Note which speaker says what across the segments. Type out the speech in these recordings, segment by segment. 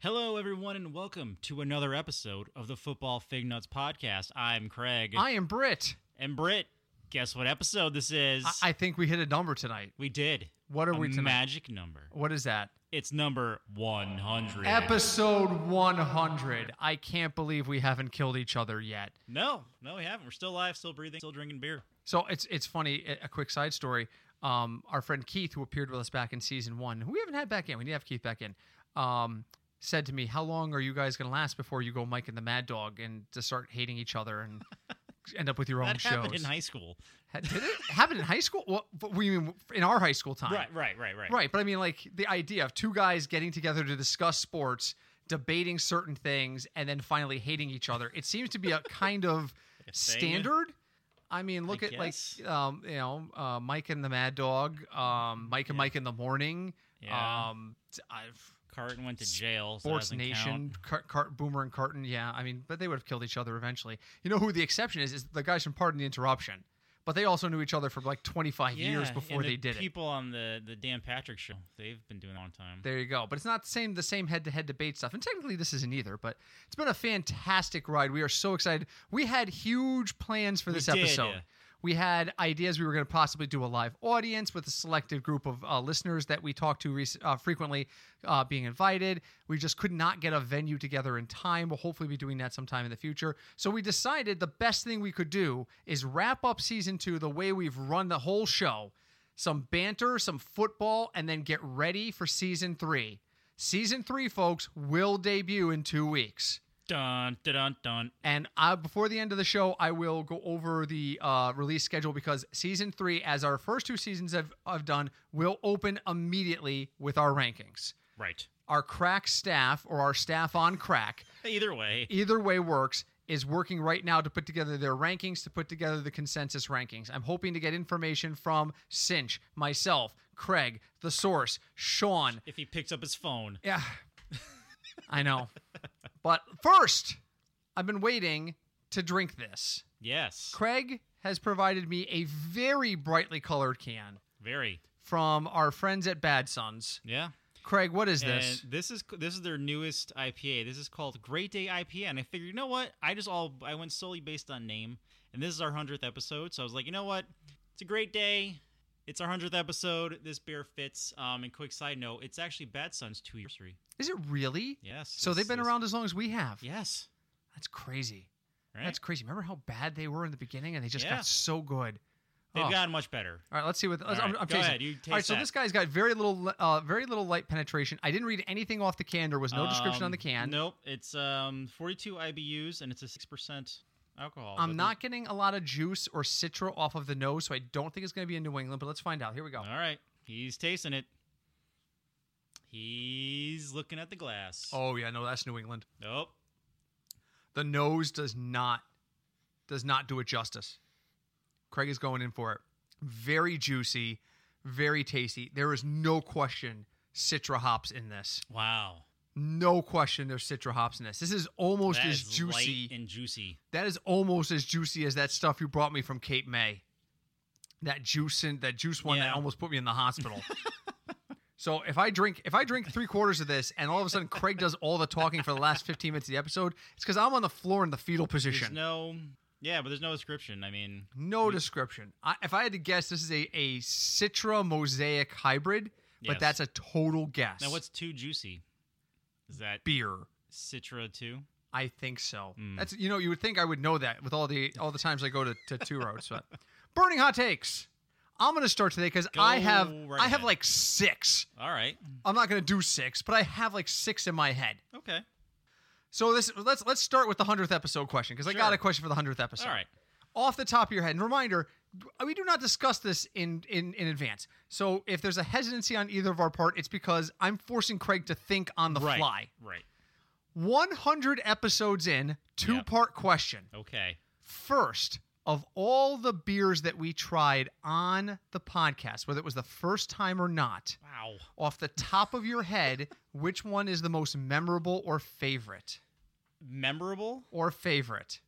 Speaker 1: Hello, everyone, and welcome to another episode of the Football Fig Nuts Podcast. I'm Craig.
Speaker 2: I am Britt.
Speaker 1: and Britt, guess what episode this is?
Speaker 2: I, I think we hit a number tonight.
Speaker 1: we did.
Speaker 2: What are
Speaker 1: A
Speaker 2: we tonight?
Speaker 1: magic number.
Speaker 2: What is that?
Speaker 1: It's number 100.
Speaker 2: Episode 100. I can't believe we haven't killed each other yet.
Speaker 1: no, no, we haven't. We're still alive, still breathing, still drinking beer.
Speaker 2: So it's it's funny. a- A quick side story. Um, our friend Keith, who appeared with us back in season one, who we haven't had back in, we need to have Keith back in. Um, said to me, "How long are you guys going to last before you go Mike and the Mad Dog and to start hating each other and end up with your own
Speaker 1: That happened
Speaker 2: shows?"
Speaker 1: in high school.
Speaker 2: Ha- Did it happen in high school? What, what do you mean in our high school time?
Speaker 1: Right, right, right, right.
Speaker 2: Right, but I mean, like the idea of two guys getting together to discuss sports, debating certain things, and then finally hating each other. It seems to be a kind of
Speaker 1: thing.
Speaker 2: standard. I mean, look at
Speaker 1: guess.
Speaker 2: like um, you know uh, Mike and the Mad Dog, um, Mike and Mike in the Morning,
Speaker 1: Yeah.
Speaker 2: um, t- I've,
Speaker 1: Carton went to jail. So that
Speaker 2: Sports
Speaker 1: doesn't
Speaker 2: Nation,
Speaker 1: count.
Speaker 2: Cart, Cart, Boomer and Carton. Yeah, I mean, but they would have killed each other eventually. You know who the exception is? Is the guys from Pardon the Interruption. But they also knew each other for like 25 years
Speaker 1: Yeah,
Speaker 2: before
Speaker 1: and the
Speaker 2: they did it.
Speaker 1: People on the, the Dan Patrick show, they've been doing it a long time.
Speaker 2: There you go. But it's not the same the same head to head debate stuff. And technically this isn't either, but it's been a fantastic ride. We are so excited. We had huge plans for this
Speaker 1: did,
Speaker 2: episode.
Speaker 1: yeah.
Speaker 2: We had ideas we were going to possibly do a live audience with a selected group of uh, listeners that we talk to rec- uh, frequently uh, being invited. We just could not get a venue together in time. We'll hopefully be doing that sometime in the future. So we decided the best thing we could do is wrap up season two the way we've run the whole show some banter, some football, and then get ready for season three. Season three, folks, will debut in two weeks.
Speaker 1: Dun, dun, dun, dun.
Speaker 2: And I, before the end of the show, I will go over the uh, release schedule because season three, as our first two seasons have, have done, will open immediately with our rankings.
Speaker 1: Right.
Speaker 2: Our crack staff or our staff on crack
Speaker 1: Either way,
Speaker 2: either way works is working right now to put together their rankings to put together the consensus rankings i'm hoping to get information from cinch myself craig the source sean
Speaker 1: if he picks up his phone,
Speaker 2: yeah i know but first i've been waiting to drink this
Speaker 1: yes.
Speaker 2: craig has provided me a very brightly colored can
Speaker 1: Very.
Speaker 2: from our friends at bad sons
Speaker 1: Yeah.
Speaker 2: craig what is this
Speaker 1: And this is this is their newest IPA. This is called Great Day IPA, and I figured, you know what? I just all I went solely based on name, and this is our hundredth episode, so I was like, you know what? It's a great day. It's our hundredth episode. This beer fits. Um, and quick side note, it's actually Bad Son's two anniversary.
Speaker 2: is it really
Speaker 1: Yes.
Speaker 2: so
Speaker 1: this-
Speaker 2: they've been
Speaker 1: this-
Speaker 2: around as long as we have
Speaker 1: Yes.
Speaker 2: that's crazy
Speaker 1: Right.
Speaker 2: That's crazy. Remember how bad they were in the beginning, and they just
Speaker 1: Yeah.
Speaker 2: got so good.
Speaker 1: they've
Speaker 2: oh.
Speaker 1: gotten much better.
Speaker 2: All right, let's see what. Let's,
Speaker 1: All
Speaker 2: I'm,
Speaker 1: right,
Speaker 2: I'm
Speaker 1: go
Speaker 2: chasing.
Speaker 1: ahead, you
Speaker 2: All right,
Speaker 1: taste
Speaker 2: so
Speaker 1: that.
Speaker 2: this guy's got very little, uh, very little light penetration. I didn't read anything off the can. There was no description
Speaker 1: Um,
Speaker 2: on the can.
Speaker 1: Nope. It's um 42 IBUs and it's a six percent alcohol. but
Speaker 2: I'm
Speaker 1: there's-
Speaker 2: not getting a lot of juice or citra off of the nose, so I don't think it's going to be in New England. But let's find out. Here we go.
Speaker 1: All right. He's tasting it. He's looking at the glass.
Speaker 2: Oh yeah, no, that's New England.
Speaker 1: Nope.
Speaker 2: The nose does not, does not do it justice. Craig is going in for it. Very juicy, very tasty. There is no question citra hops in this.
Speaker 1: Wow.
Speaker 2: No question there's citra hops in this. This is almost
Speaker 1: That
Speaker 2: as
Speaker 1: is light
Speaker 2: Oh, juicy.
Speaker 1: and juicy.
Speaker 2: that is almost as juicy as that stuff you brought me from Cape May. That juice and that juice one
Speaker 1: Yeah.
Speaker 2: that almost put me in the hospital. so if I drink if I drink three quarters of this and all of a sudden Craig does all the talking for the last 15 minutes of the episode, it's because I'm on the floor in the fetal
Speaker 1: There's
Speaker 2: position. No,
Speaker 1: no Yeah, but there's no description. I mean
Speaker 2: description. I, if I had to guess, this is a, a citra mosaic hybrid,
Speaker 1: Yes.
Speaker 2: but that's a total guess.
Speaker 1: now what's too juicy? Is that
Speaker 2: beer?
Speaker 1: Citra too?
Speaker 2: I think so.
Speaker 1: Mm.
Speaker 2: That's you know you would think I would know that with all the all the times I go to, to two roads. But burning hot takes. I'm gonna start today because
Speaker 1: Go
Speaker 2: I have
Speaker 1: right
Speaker 2: I have
Speaker 1: ahead.
Speaker 2: like six.
Speaker 1: All right.
Speaker 2: I'm not gonna do six, but I have like six in my head.
Speaker 1: Okay.
Speaker 2: So this let's let's start with the hundredth episode question because I
Speaker 1: Sure.
Speaker 2: got a question for the hundredth episode.
Speaker 1: All right.
Speaker 2: Off the top of your head, and reminder, we do not discuss this in in in advance. So if there's a hesitancy on either of our part, it's because I'm forcing Craig to think on the
Speaker 1: Right.
Speaker 2: fly.
Speaker 1: Right.
Speaker 2: 100 episodes in, two part question.
Speaker 1: Okay.
Speaker 2: first of all the beers that we tried on the podcast, whether it was the first time or not,
Speaker 1: Wow.
Speaker 2: off the top of your head, which one is the most memorable or favorite?
Speaker 1: Memorable?
Speaker 2: Or favorite?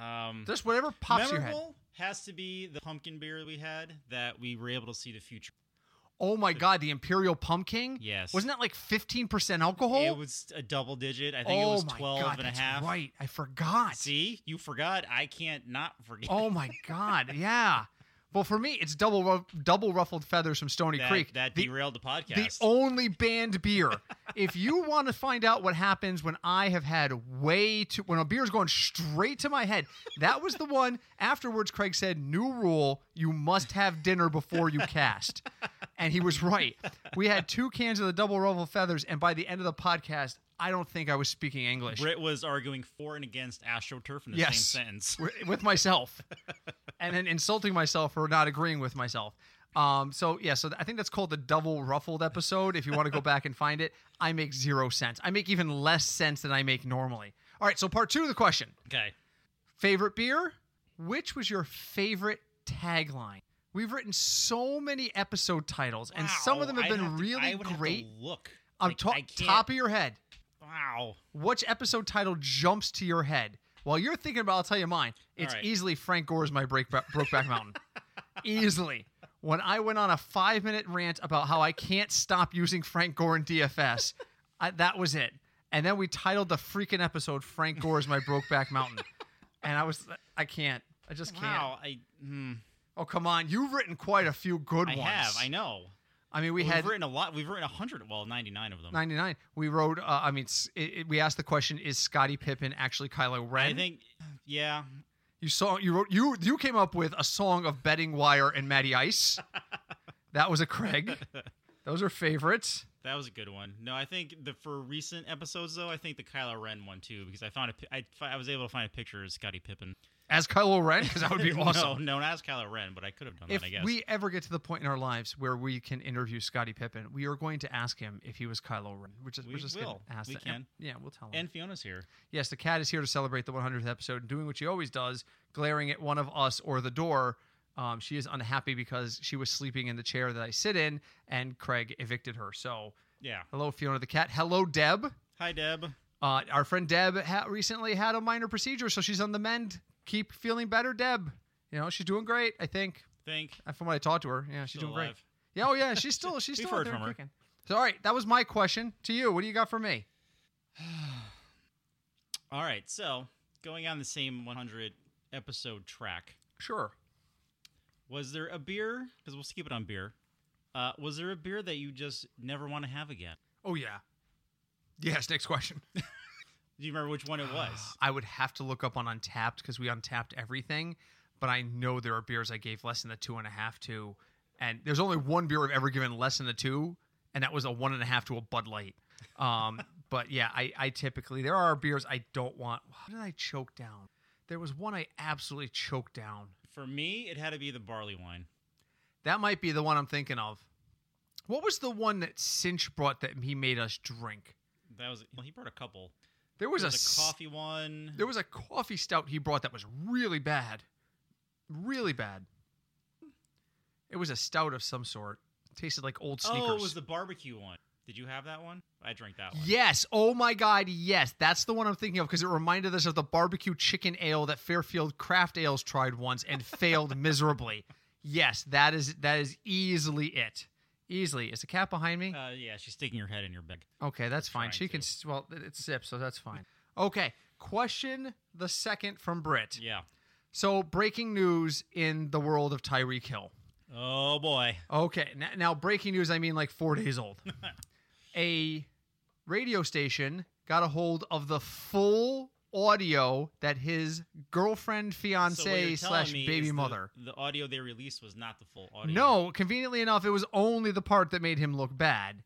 Speaker 1: Um
Speaker 2: Just whatever pops
Speaker 1: memorable
Speaker 2: your head.
Speaker 1: has to be the pumpkin beer we had that we were able to see the future.
Speaker 2: Oh my God, the Imperial Pumpkin?
Speaker 1: Yes.
Speaker 2: Wasn't that like 15% alcohol?
Speaker 1: It was a double digit. I think
Speaker 2: oh
Speaker 1: it was
Speaker 2: my
Speaker 1: 12
Speaker 2: God,
Speaker 1: and a
Speaker 2: that's
Speaker 1: half.
Speaker 2: right. I forgot.
Speaker 1: See, you forgot. I can't not forget.
Speaker 2: Oh my God. Yeah. Well, for me, it's double Ru- double ruffled feathers from Stony
Speaker 1: that,
Speaker 2: Creek.
Speaker 1: that
Speaker 2: the oh
Speaker 1: derailed the podcast.
Speaker 2: the only banned beer. if you want to find out what happens when I have had way too when a beer is going straight to my head, that was the one. Afterwards, Craig said, "New rule: you must have dinner before you cast," and he was right. We had two cans of the double ruffle feathers, and by the end of the podcast, I don't think I was speaking English
Speaker 1: Britt was arguing for and against AstroTurf in the
Speaker 2: Yes.
Speaker 1: same sentence.
Speaker 2: Wi- with myself, and then insulting myself for not agreeing with myself. Um, so yeah, so I think that's called the double ruffled episode. If you want to go back and find it, I make zero sense. I make even less sense than I make normally. All right, so part two of the question:
Speaker 1: Okay.
Speaker 2: favorite beer. Which was your favorite tagline? We've written so many episode titles, and some of them
Speaker 1: Wow,
Speaker 2: have
Speaker 1: I'd
Speaker 2: been
Speaker 1: have to- I
Speaker 2: really
Speaker 1: would have to
Speaker 2: great.
Speaker 1: look.
Speaker 2: I'm
Speaker 1: Like,
Speaker 2: ta-
Speaker 1: I can't-
Speaker 2: top of your head.
Speaker 1: Wow.
Speaker 2: Which episode title jumps to your head? While you're thinking about, it, I'll tell you mine. It's
Speaker 1: right.
Speaker 2: easily Frank Gore's "My Break Brokeback Mountain." easily. When I went on a five-minute rant about how I can't stop using Frank Gore in DFS, I, that was it. And then we titled the freaking episode "Frank Gore's "My Brokeback Mountain," and I was, I can't, I just can't.
Speaker 1: Wow. I hmm,
Speaker 2: Oh come on, you've written quite a few good
Speaker 1: I
Speaker 2: ones.
Speaker 1: have. I know.
Speaker 2: I mean, we
Speaker 1: We have
Speaker 2: had
Speaker 1: written a lot. We've written hundred. Well, ninety nine of them.
Speaker 2: 99. We wrote. Uh, I mean, s- it, it- we asked the question: Is Scottie Pippen actually Kylo Ren?
Speaker 1: I think. Yeah.
Speaker 2: You saw you wrote you you came up with a song of Betting Wire and Matty Ice. that was a Craig. Those are favorites.
Speaker 1: That was a good one. No, I think the for recent episodes though, I think the Kylo Ren one too, because I found a pi- I fi- I was able to find a picture of Scottie Pippen.
Speaker 2: As Kylo Ren, because that would be awesome.
Speaker 1: No, no, not as Kylo Ren, but I could have done
Speaker 2: if
Speaker 1: that. I guess.
Speaker 2: we ever get to the point in our lives where we can interview Scottie Pippen, we are going to ask him if he was Kylo Ren, which is
Speaker 1: We
Speaker 2: we're just
Speaker 1: will.
Speaker 2: gonna ask
Speaker 1: We
Speaker 2: that.
Speaker 1: can.
Speaker 2: Yeah, we'll tell him.
Speaker 1: and Fiona's here.
Speaker 2: yes, the cat is here to celebrate the 100th episode and doing what she always does, glaring at one of us or the door. Um, she is unhappy because she was sleeping in the chair that I sit in, and Craig evicted her. So
Speaker 1: Yeah.
Speaker 2: Hello, Fiona the cat. Hello, Deb.
Speaker 1: Hi, Deb.
Speaker 2: Uh, our friend Deb ha- recently had a minor procedure, so she's on the mend. Keep feeling better, Deb. You know she's doing great. I think
Speaker 1: Thank.
Speaker 2: Uh, from what I talked to her, yeah, she's
Speaker 1: Still
Speaker 2: doing
Speaker 1: alive.
Speaker 2: great. Yeah, oh yeah, she's still she's
Speaker 1: We've
Speaker 2: still out
Speaker 1: heard
Speaker 2: there
Speaker 1: from her.
Speaker 2: kicking. So all right, that was my question to you. What do you got for me?
Speaker 1: All right. So going on the same 100 episode track,
Speaker 2: Sure.
Speaker 1: was there a beer? Because we'll keep it on beer. Uh, was there a beer that you just never want to have again?
Speaker 2: Oh yeah. Yes. Next question.
Speaker 1: Do you remember which one it was?
Speaker 2: I would have to look up on Untapped because we untapped everything, but I know there are beers I gave less than a two and a half to, and there's only one beer I've ever given less than a two, and that was a one and a half to a Bud Light. Um, but yeah, I, I typically there are beers I don't want. What did I choke down? There was one I absolutely choked down.
Speaker 1: For me, it had to be the barley wine.
Speaker 2: That might be the one I'm thinking of. What was the one that Cinch brought that he made us drink?
Speaker 1: That was well, he brought a couple.
Speaker 2: There
Speaker 1: There
Speaker 2: was,
Speaker 1: was a,
Speaker 2: s-
Speaker 1: coffee one.
Speaker 2: There was a coffee stout he brought that was really bad. Really bad. It was a stout of some sort. tasted like old sneakers.
Speaker 1: oh, it was the barbecue one. Did you have that one? I drank that one.
Speaker 2: yes. Oh my God. Yes. That's the one I'm thinking of because it reminded us of the barbecue chicken ale that Fairfield Craft Ales tried once and failed miserably. Yes, that is that is easily it. Easily. Is the cat behind me?
Speaker 1: Uh, yeah, she's sticking her head in your bed.
Speaker 2: Okay, that's
Speaker 1: trying
Speaker 2: fine. She can
Speaker 1: to.
Speaker 2: s- well it- it sips, so that's fine. Okay. Question the second from Brit.
Speaker 1: Yeah.
Speaker 2: So, breaking news in the world of Tyreek Hill.
Speaker 1: Oh boy.
Speaker 2: Okay, now, now breaking news, I mean like four days old. a radio station got a hold of the full audio that his girlfriend,
Speaker 1: So what you're
Speaker 2: fiance,
Speaker 1: telling
Speaker 2: slash
Speaker 1: me
Speaker 2: baby
Speaker 1: is the-
Speaker 2: mother.
Speaker 1: The, audio they released was not the full audio.
Speaker 2: No, conveniently enough, it was only the part that made him look bad.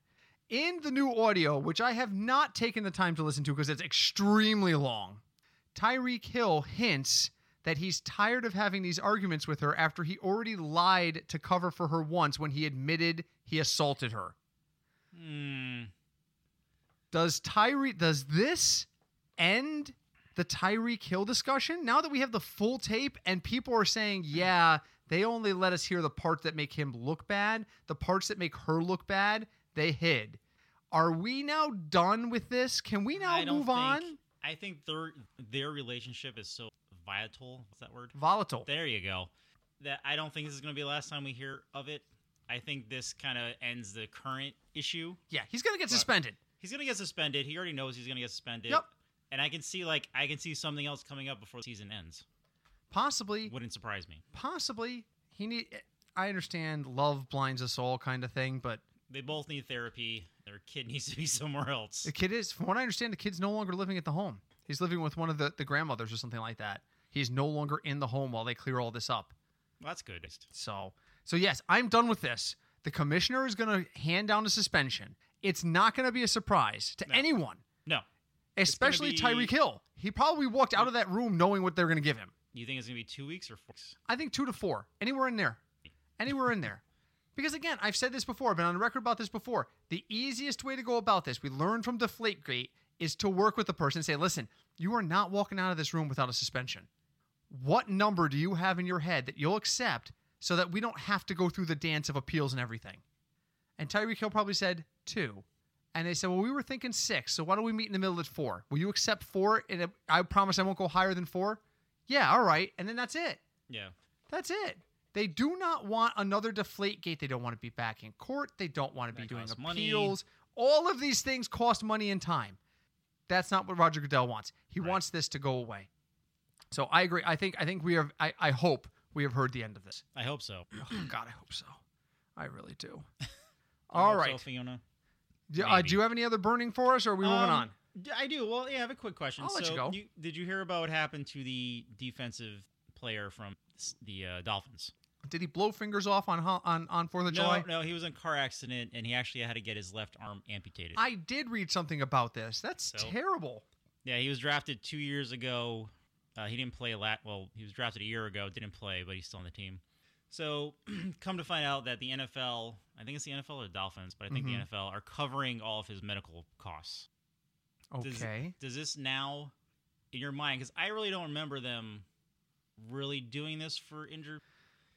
Speaker 2: In the new audio, which I have not taken the time to listen to because it's extremely long, Tyreek Hill hints that he's tired of having these arguments with her after he already lied to cover for her once when he admitted he assaulted her.
Speaker 1: Hmm.
Speaker 2: Does Tyree does this end the Tyreek Hill discussion? Now that we have the full tape and people are saying, yeah, they only let us hear the part that make him look bad, the parts that make her look bad, they hid. Are we now done with this? Can we now
Speaker 1: I don't
Speaker 2: move
Speaker 1: think-
Speaker 2: on?
Speaker 1: I think their their relationship is so vital. What's that word?
Speaker 2: Volatile.
Speaker 1: There you go. That I don't think this is going to be the last time we hear of it. I think this kind of ends the current issue.
Speaker 2: Yeah, he's gonna get suspended.
Speaker 1: He's gonna get suspended. He already knows he's gonna get suspended.
Speaker 2: Yep.
Speaker 1: And I can see like I can see something else coming up before the season ends.
Speaker 2: Possibly,
Speaker 1: Wouldn't surprise me.
Speaker 2: possibly he need. I understand love blinds us all kind of thing, but
Speaker 1: They both need therapy. Their kid needs to be somewhere else.
Speaker 2: the kid is, from what I understand, the kid's no longer living at the home. He's living with one of the, the grandmothers or something like that. He's no longer in the home while they clear all this up.
Speaker 1: Well, that's good.
Speaker 2: So, so yes, I'm done with this. The commissioner is going to hand down a suspension. It's not going to be a surprise to
Speaker 1: No.
Speaker 2: anyone,
Speaker 1: No. gonna
Speaker 2: especially
Speaker 1: be-
Speaker 2: Tyreek Hill. He probably walked out of that room knowing what they're going to give him.
Speaker 1: You think it's gonna be two weeks or four weeks?
Speaker 2: I think two to four, anywhere in there, anywhere in there. Because again, I've said this before, I've been on record about this before. The easiest way to go about this, we learned from Deflategate, is to work with the person and say, listen, you are not walking out of this room without a suspension. What number do you have in your head that you'll accept so that we don't have to go through the dance of appeals and everything? And Tyreek Hill probably said two. And they said, well, we were thinking six, so why don't we meet in the middle at four? Will you accept four? And I promise I won't go higher than four. Yeah, all right. And then that's it.
Speaker 1: Yeah.
Speaker 2: That's it. They do not want another deflate gate. They don't want to be back in court. They don't want to be
Speaker 1: That
Speaker 2: doing
Speaker 1: costs money.
Speaker 2: appeals. All of these things cost money and time. That's not what Roger Goodell wants. He
Speaker 1: Right.
Speaker 2: wants this to go away. So I agree. I think I think we have I, I hope we have heard the end of this.
Speaker 1: I hope so. I
Speaker 2: Oh, God, I hope so. I really do.
Speaker 1: hope
Speaker 2: All
Speaker 1: so,
Speaker 2: right.
Speaker 1: Fiona.
Speaker 2: Do- uh,
Speaker 1: maybe.
Speaker 2: do you have any other burning for us or are we moving
Speaker 1: Um,
Speaker 2: on?
Speaker 1: d- I do. Well, yeah, I have a quick question.
Speaker 2: I'll
Speaker 1: so
Speaker 2: let you go.
Speaker 1: did you hear about what happened to the defensive player from s- the uh, Dolphins?
Speaker 2: Did he blow fingers off on Hol- on on 4th of
Speaker 1: no,
Speaker 2: July?
Speaker 1: no, he was in a car accident and he actually had to get his left arm amputated.
Speaker 2: I did read something about this. That's
Speaker 1: So-
Speaker 2: terrible.
Speaker 1: yeah, he was drafted two years ago. Uh, he didn't play lat. Well, he was drafted a year ago, didn't play, but he's still on the team. So, come to find out that the NFL, I think it's the NFL or the Dolphins, but I think
Speaker 2: Mhm.
Speaker 1: the NFL are covering all of his medical costs.
Speaker 2: Okay.
Speaker 1: Does- does this now in your mind because i really don't remember them really doing this for injury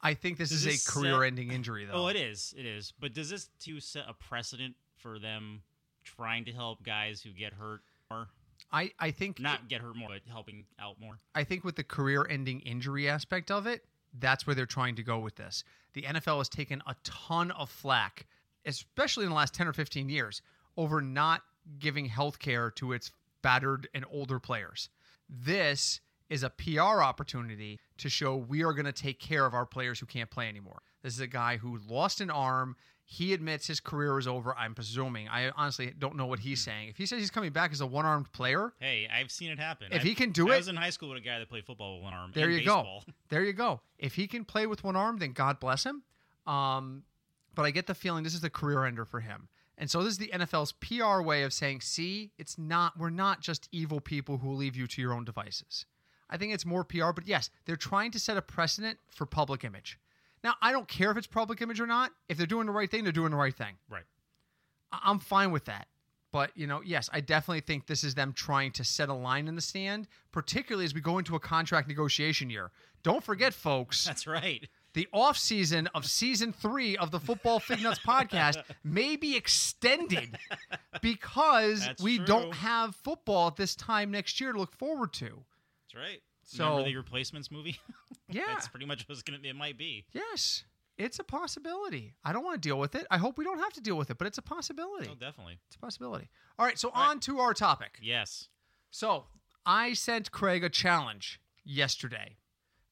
Speaker 2: I think this
Speaker 1: Does
Speaker 2: is
Speaker 1: this
Speaker 2: a
Speaker 1: set-
Speaker 2: career-ending injury, though.
Speaker 1: oh it is it is but does this to set a precedent for them trying to help guys who get hurt more
Speaker 2: I, I think
Speaker 1: not get hurt more but helping out more
Speaker 2: I think with the career-ending injury aspect of it, that's where they're trying to go with this. The NFL has taken a ton of flack, especially in the last ten or fifteen years, over not giving health care to its battered and older players. This is a PR opportunity to show we are going to take care of our players who can't play anymore. This is a guy who lost an arm. He admits his career is over. I'm presuming. I honestly don't know what he's saying. If he says he's coming back as a one-armed player,
Speaker 1: hey i've seen it happen
Speaker 2: if
Speaker 1: I,
Speaker 2: he can do
Speaker 1: I
Speaker 2: it,
Speaker 1: was in high school with a guy that played football with one arm
Speaker 2: There
Speaker 1: and
Speaker 2: you go.
Speaker 1: baseball.
Speaker 2: there you go. If he can play with one arm, then God bless him. Um, but I get the feeling this is the career ender for him. And so this is the NFL's PR way of saying, see, it's not we're not just evil people who leave you to your own devices. I think it's more PR, but yes, they're trying to set a precedent for public image. Now, I don't care if it's public image or not. If they're doing the right thing, they're doing the right thing.
Speaker 1: right
Speaker 2: I- I'm fine with that. But, you know, yes, I definitely think this is them trying to set a line in the sand, particularly as we go into a contract negotiation year. Don't forget, folks,
Speaker 1: that's right
Speaker 2: the off season of season three of the Football Fig Nuts podcast may be extended because
Speaker 1: That's
Speaker 2: we
Speaker 1: true.
Speaker 2: don't have football at this time next year to look forward to.
Speaker 1: that's right
Speaker 2: So-
Speaker 1: remember the replacements movie
Speaker 2: Yeah.
Speaker 1: that's pretty much what's gonna it might be
Speaker 2: yes. It's a possibility. I don't want to deal with it. I hope we don't have to deal with it, but it's a possibility.
Speaker 1: oh definitely
Speaker 2: It's a possibility. All right, so
Speaker 1: right.
Speaker 2: on to our topic.
Speaker 1: yes
Speaker 2: So I sent Craig a challenge yesterday.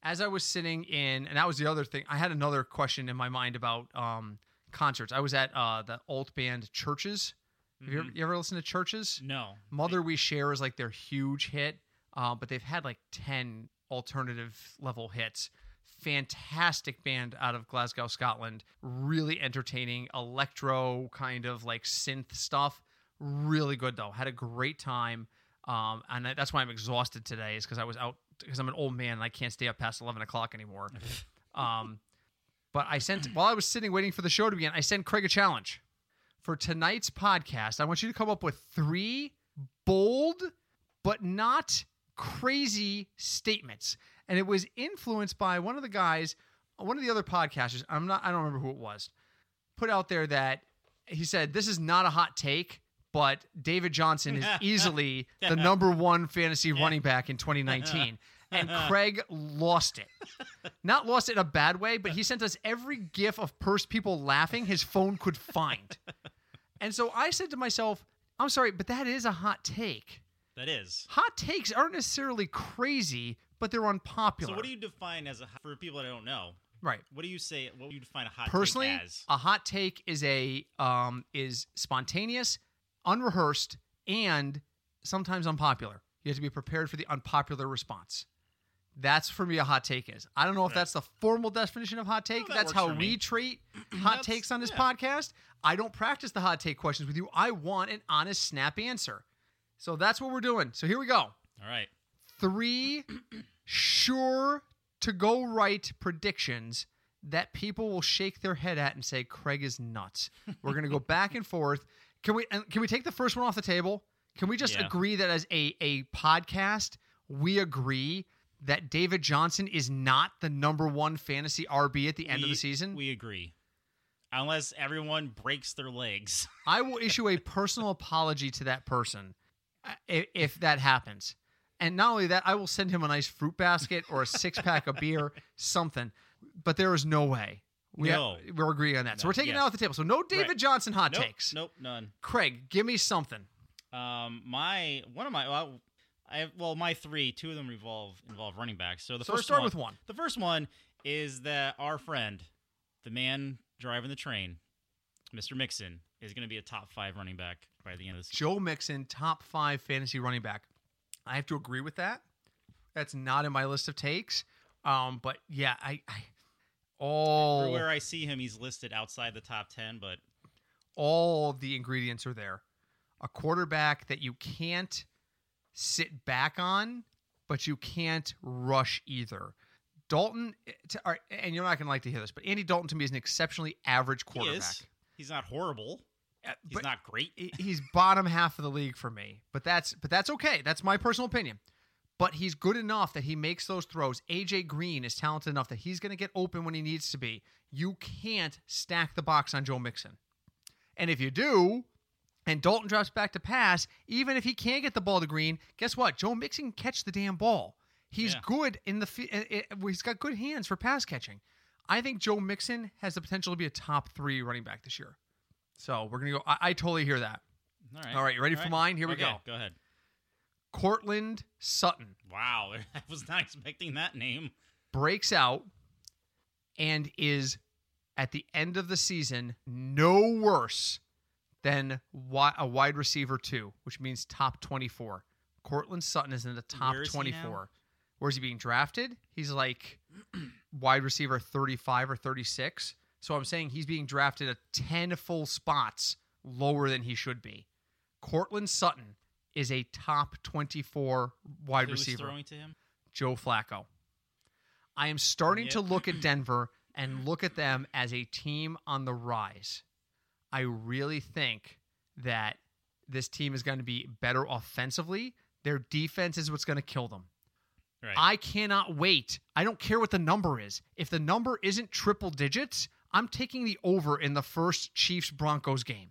Speaker 2: As I was sitting in, and that was the other thing. I had another question in my mind about um, concerts. I was at uh, the alt band Churches. Have you, ever,
Speaker 1: Mhm.
Speaker 2: you ever listened to Churches?
Speaker 1: no
Speaker 2: Mother We Share is like their huge hit, uh, but they've had like 10 alternative level hits. Fantastic band out of Glasgow, Scotland. Really entertaining, electro kind of like synth stuff. Really good though. Had a great time. Um, and that- that's why I'm exhausted today, is because I was out, because I'm an old man and I can't stay up past 11 o'clock anymore. um, but I sent, while I was sitting waiting for the show to begin, I sent Craig a challenge for tonight's podcast, I want you to come up with three bold but not crazy statements. And it was influenced by one of the guys, one of the other podcasters. I'm not I don't remember who it was. Put out there that he said this is not a hot take, but David Johnson is easily the number 1 fantasy running back in 2019. and Craig lost it. Not lost it in a bad way, but he sent us every gif of purse people laughing his phone could find. And so I said to myself, I'm sorry, but that is a hot take.
Speaker 1: That is.
Speaker 2: Hot takes aren't necessarily crazy, but they're unpopular.
Speaker 1: So what do you define as a for people that don't know?
Speaker 2: right.
Speaker 1: What do you say? What would you define a hot
Speaker 2: Personally,
Speaker 1: take as?
Speaker 2: a hot take is a um is spontaneous, unrehearsed, and sometimes unpopular. You have to be prepared for the unpopular response. That's for me a hot take is. I don't know if that's the formal definition of hot take.
Speaker 1: that
Speaker 2: that's
Speaker 1: works
Speaker 2: how
Speaker 1: for me.
Speaker 2: we treat hot
Speaker 1: That's-
Speaker 2: takes on this
Speaker 1: yeah.
Speaker 2: podcast. I don't practice the hot take questions with you. I want an honest, snap answer. So that's what we're doing. So here we go
Speaker 1: All right.
Speaker 2: three sure to go right predictions that people will shake their head at and say Craig is nuts. We're gonna go back and forth. Can we and can we take the first one off the table? Can we just
Speaker 1: Yeah.
Speaker 2: agree that as a a podcast we agree that David Johnson is not the number one fantasy RB at the end of
Speaker 1: We-
Speaker 2: the season?
Speaker 1: We agree. Unless everyone breaks their legs.
Speaker 2: I will issue a personal apology to that person uh, i- if that happens. And not only that, I will send him a nice fruit basket or a six pack of beer, something. But there is no way. We
Speaker 1: No.
Speaker 2: we're agreeing on that. so
Speaker 1: No,
Speaker 2: we're taking
Speaker 1: yes.
Speaker 2: that off the table. So no David
Speaker 1: Right.
Speaker 2: Johnson hot
Speaker 1: nope,
Speaker 2: takes.
Speaker 1: Nope, none.
Speaker 2: Craig, give me something.
Speaker 1: Um, my one of my well, I have, well, my three, two of them revolve involve running backs. So the
Speaker 2: so
Speaker 1: first
Speaker 2: start
Speaker 1: one,
Speaker 2: with one.
Speaker 1: the first one is that our friend, the man driving the train, Mr. Mixon, is going to be a top five running back by the end of the season.
Speaker 2: Joe Mixon, top five fantasy running back. I have to agree with that. That's not in my list of takes. Um, but yeah, I, I all
Speaker 1: Everywhere I see him, he's listed outside the top ten, but
Speaker 2: all the ingredients are there. A quarterback that you can't sit back on, but you can't rush either. Dalton, eh, to, all right, and you're not going to like to hear this, but Andy Dalton to me is an exceptionally average
Speaker 1: he
Speaker 2: quarterback.
Speaker 1: is. He's not horrible.
Speaker 2: Eh,
Speaker 1: He's
Speaker 2: but
Speaker 1: not great.
Speaker 2: he- he's bottom half of the league for me. But that's but that's okay. That's my personal opinion. But he's good enough that he makes those throws. AJ Green is talented enough that he's going to get open when he needs to be. You can't stack the box on Joe Mixon. And if you do, and Dalton drops back to pass, even if he can't get the ball to Green, guess what? Joe Mixon can catch the damn ball. He's
Speaker 1: Yeah.
Speaker 2: good in the fi- eh, eh, he's got good hands for pass catching. I think Joe Mixon has the potential to be a top three running back this year. So we're gonna go. I, I totally hear that.
Speaker 1: All right.
Speaker 2: All right, you ready
Speaker 1: All
Speaker 2: for mine? Here we
Speaker 1: Okay,
Speaker 2: go.
Speaker 1: Go ahead.
Speaker 2: Cortland Sutton
Speaker 1: Wow, I was not expecting that name.
Speaker 2: breaks out and is at the end of the season no worse than wi- a wide receiver two, which means top twenty-four. Cortland Sutton is in the top
Speaker 1: Where is he now?
Speaker 2: twenty-four. Where is he being drafted? He's like wide receiver thirty-five or thirty-six. So I'm saying he's being drafted at ten full spots lower than he should be. Cortland Sutton is a top twenty-four wide
Speaker 1: Who was
Speaker 2: receiver.
Speaker 1: throwing to him.
Speaker 2: Joe Flacco. I am starting to
Speaker 1: Yep.
Speaker 2: look at Denver and look at them as a team on the rise. I really think that this team is going to be better offensively. Their defense is what's going to kill them.
Speaker 1: Right.
Speaker 2: I cannot wait. I don't care what the number is. If the number isn't triple digits, I'm taking the over in the first Chiefs Broncos game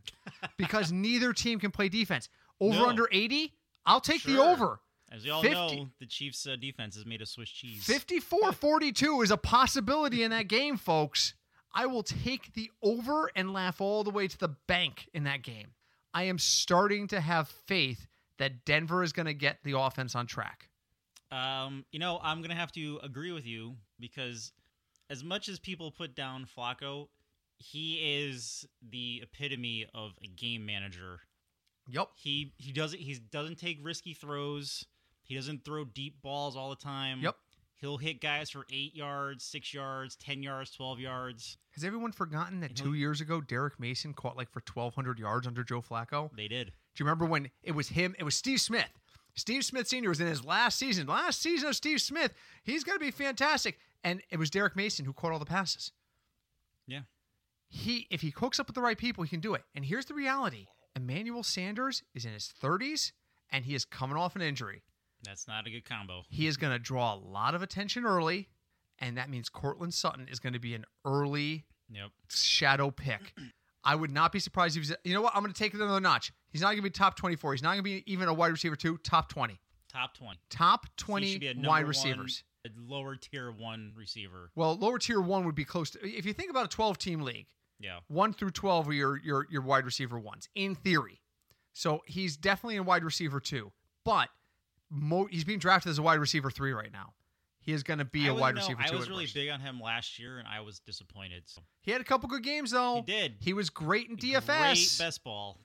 Speaker 2: because neither team can play defense. Over
Speaker 1: No.
Speaker 2: under 80, I'll take the
Speaker 1: Sure.
Speaker 2: over.
Speaker 1: As we all
Speaker 2: 50
Speaker 1: know, the Chiefs' uh, defense is made of Swiss cheese.
Speaker 2: 54 42 is a possibility in that game, folks. I will take the over and laugh all the way to the bank in that game. I am starting to have faith that Denver is going to get the offense on track.
Speaker 1: Um, you know, I'm gonna have to agree with you because as much as people put down Flacco, he is the epitome of a game manager.
Speaker 2: Yep.
Speaker 1: He he doesn't he doesn't take risky throws. He doesn't throw deep balls all the time.
Speaker 2: Yep.
Speaker 1: He'll hit guys for eight yards, six yards, ten yards, twelve yards.
Speaker 2: Has everyone forgotten that
Speaker 1: You know-
Speaker 2: two years ago, Derek Mason caught like for 1,200 yards under Joe Flacco?
Speaker 1: They did.
Speaker 2: Do you remember when it was him? It was Steve Smith. Steve Smith Sr. was in his last season. Last season of Steve Smith. He's going to be fantastic. And it was Derek Mason who caught all the passes.
Speaker 1: Yeah.
Speaker 2: He, if he hooks up with the right people, he can do it. And here's the reality Emmanuel Sanders is in his 30s and he is coming off an injury.
Speaker 1: That's not a good combo.
Speaker 2: He is going to draw a lot of attention early. And that means Cortland Sutton is going to be an early
Speaker 1: Yep.
Speaker 2: shadow pick. I would not be surprised if he's. You know what? I'm going to take it another notch. He's not going to be top 24. He's not going to be even a wide receiver two. Top 20.
Speaker 1: Top 20.
Speaker 2: Top
Speaker 1: So you should be
Speaker 2: 20
Speaker 1: a number
Speaker 2: wide
Speaker 1: one-
Speaker 2: receivers.
Speaker 1: a lower tier one receiver.
Speaker 2: Well, lower tier one would be close to. If you think about a 12 team league,
Speaker 1: Yeah.
Speaker 2: one through 12 are your, your, your wide receiver ones in theory. So he's definitely in wide receiver two, but mo- he's being drafted as a wide receiver three right now. He is going to be
Speaker 1: I
Speaker 2: a
Speaker 1: was-
Speaker 2: wide
Speaker 1: no,
Speaker 2: receiver
Speaker 1: I
Speaker 2: two.
Speaker 1: was
Speaker 2: at
Speaker 1: really
Speaker 2: worst.
Speaker 1: big on him last year, and I was disappointed. So
Speaker 2: He had a couple good games though.
Speaker 1: he did.
Speaker 2: He was great in
Speaker 1: Great
Speaker 2: DFS.
Speaker 1: best ball.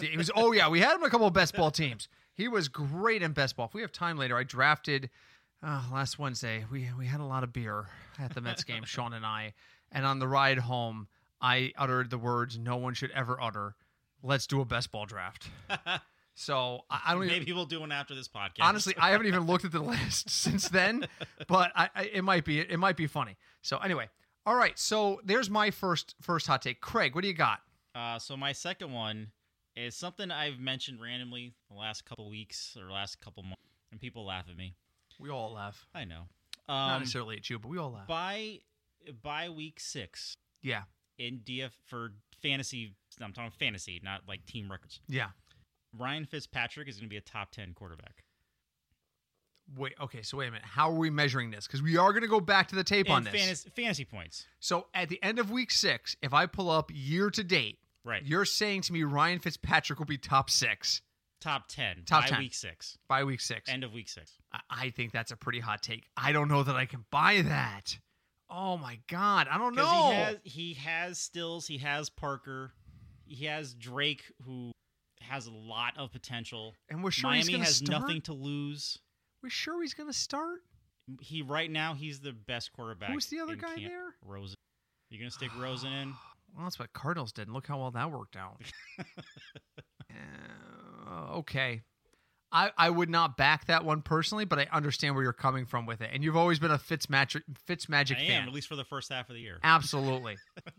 Speaker 2: He was oh yeah, we had him in a couple of best ball teams. He was great in best ball. If we have time later, I drafted uh, last Wednesday. We we had a lot of beer at the Mets game, Sean and I, and on the ride home, I uttered the words no one should ever utter. Let's do a best ball draft. So I, I don't even.
Speaker 1: Maybe we'll do one after this podcast.
Speaker 2: Honestly, I haven't even looked at the list since then, but I, I it might be it might be funny. So anyway, all right. So there's my first first hot take. Craig, what do you got?
Speaker 1: Uh, so my second one is something I've mentioned randomly the last couple weeks or last couple months, and people laugh at me.
Speaker 2: We all laugh.
Speaker 1: I know.
Speaker 2: Not
Speaker 1: Um,
Speaker 2: necessarily at you, but we all laugh.
Speaker 1: by by week six
Speaker 2: yeah,
Speaker 1: in DF for fantasy, I'm talking fantasy, not like team records.
Speaker 2: yeah.
Speaker 1: Ryan Fitzpatrick is going to be a top ten quarterback.
Speaker 2: Wait. Okay. So wait a minute. How are we measuring this? Because we are going to go back to the tape on
Speaker 1: And
Speaker 2: this.
Speaker 1: fantasy, fantasy points,
Speaker 2: so at the end of week six, if I pull up year to date,
Speaker 1: right?
Speaker 2: you're saying to me Ryan Fitzpatrick will be top six
Speaker 1: top ten
Speaker 2: Top
Speaker 1: by
Speaker 2: 10.
Speaker 1: week six,
Speaker 2: by week six.
Speaker 1: end of week six.
Speaker 2: I- I think that's a pretty hot take. I don't know that I can buy that. Oh my god, I don't
Speaker 1: Because
Speaker 2: know.
Speaker 1: he has he has Stills, he has Parker, he has Drake, who has a lot of potential.
Speaker 2: and we're sure he's
Speaker 1: Miami
Speaker 2: gonna
Speaker 1: has
Speaker 2: start.
Speaker 1: nothing to lose.
Speaker 2: We're sure he's gonna start.
Speaker 1: He right now he's the best quarterback.
Speaker 2: Who's the other
Speaker 1: in
Speaker 2: guy
Speaker 1: camp.
Speaker 2: there?
Speaker 1: Rosen. You're gonna stick Rosen in?
Speaker 2: Well, that's what Cardinals did. And look how well that worked out. Uh, okay. I, I would not back that one personally, but I understand where you're coming from with it. And you've always been a Fitz Magic Fitz Magic
Speaker 1: I
Speaker 2: fan.
Speaker 1: am at least for the first half of the year.
Speaker 2: Absolutely.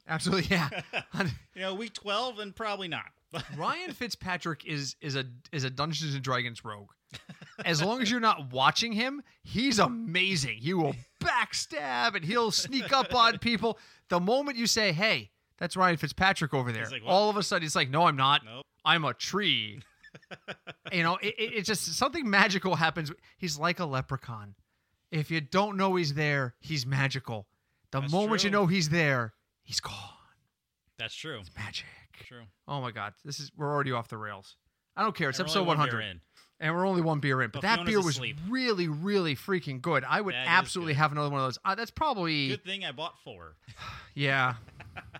Speaker 2: Absolutely. Yeah.
Speaker 1: you know, week twelve, then probably not.
Speaker 2: Ryan Fitzpatrick is is a is a Dungeons and Dragons rogue. As long as you're not watching him, he's amazing. He will backstab and he'll sneak up on people. The moment you say, "Hey, that's Ryan Fitzpatrick over there,"
Speaker 1: He's like, "What?"
Speaker 2: all of a sudden he's like, "No, I'm not.
Speaker 1: nope.
Speaker 2: I'm a tree." you know, it, it, it's just something magical happens. He's like a leprechaun. If you don't know he's there, he's magical. The
Speaker 1: That's
Speaker 2: moment you
Speaker 1: true.
Speaker 2: know he's there, he's gone.
Speaker 1: That's true.
Speaker 2: Magic.
Speaker 1: True.
Speaker 2: Oh my god, this is we're already off the rails. I don't care. It's
Speaker 1: And we're
Speaker 2: episode
Speaker 1: only
Speaker 2: one
Speaker 1: one beer
Speaker 2: hundred,
Speaker 1: in.
Speaker 2: and we're only one beer in.
Speaker 1: But
Speaker 2: But that
Speaker 1: Fiona's
Speaker 2: beer was
Speaker 1: asleep.
Speaker 2: really, really freaking good. I would
Speaker 1: That is
Speaker 2: absolutely
Speaker 1: good.
Speaker 2: have another one of those. Uh, that's probably
Speaker 1: Good thing I bought four.
Speaker 2: yeah,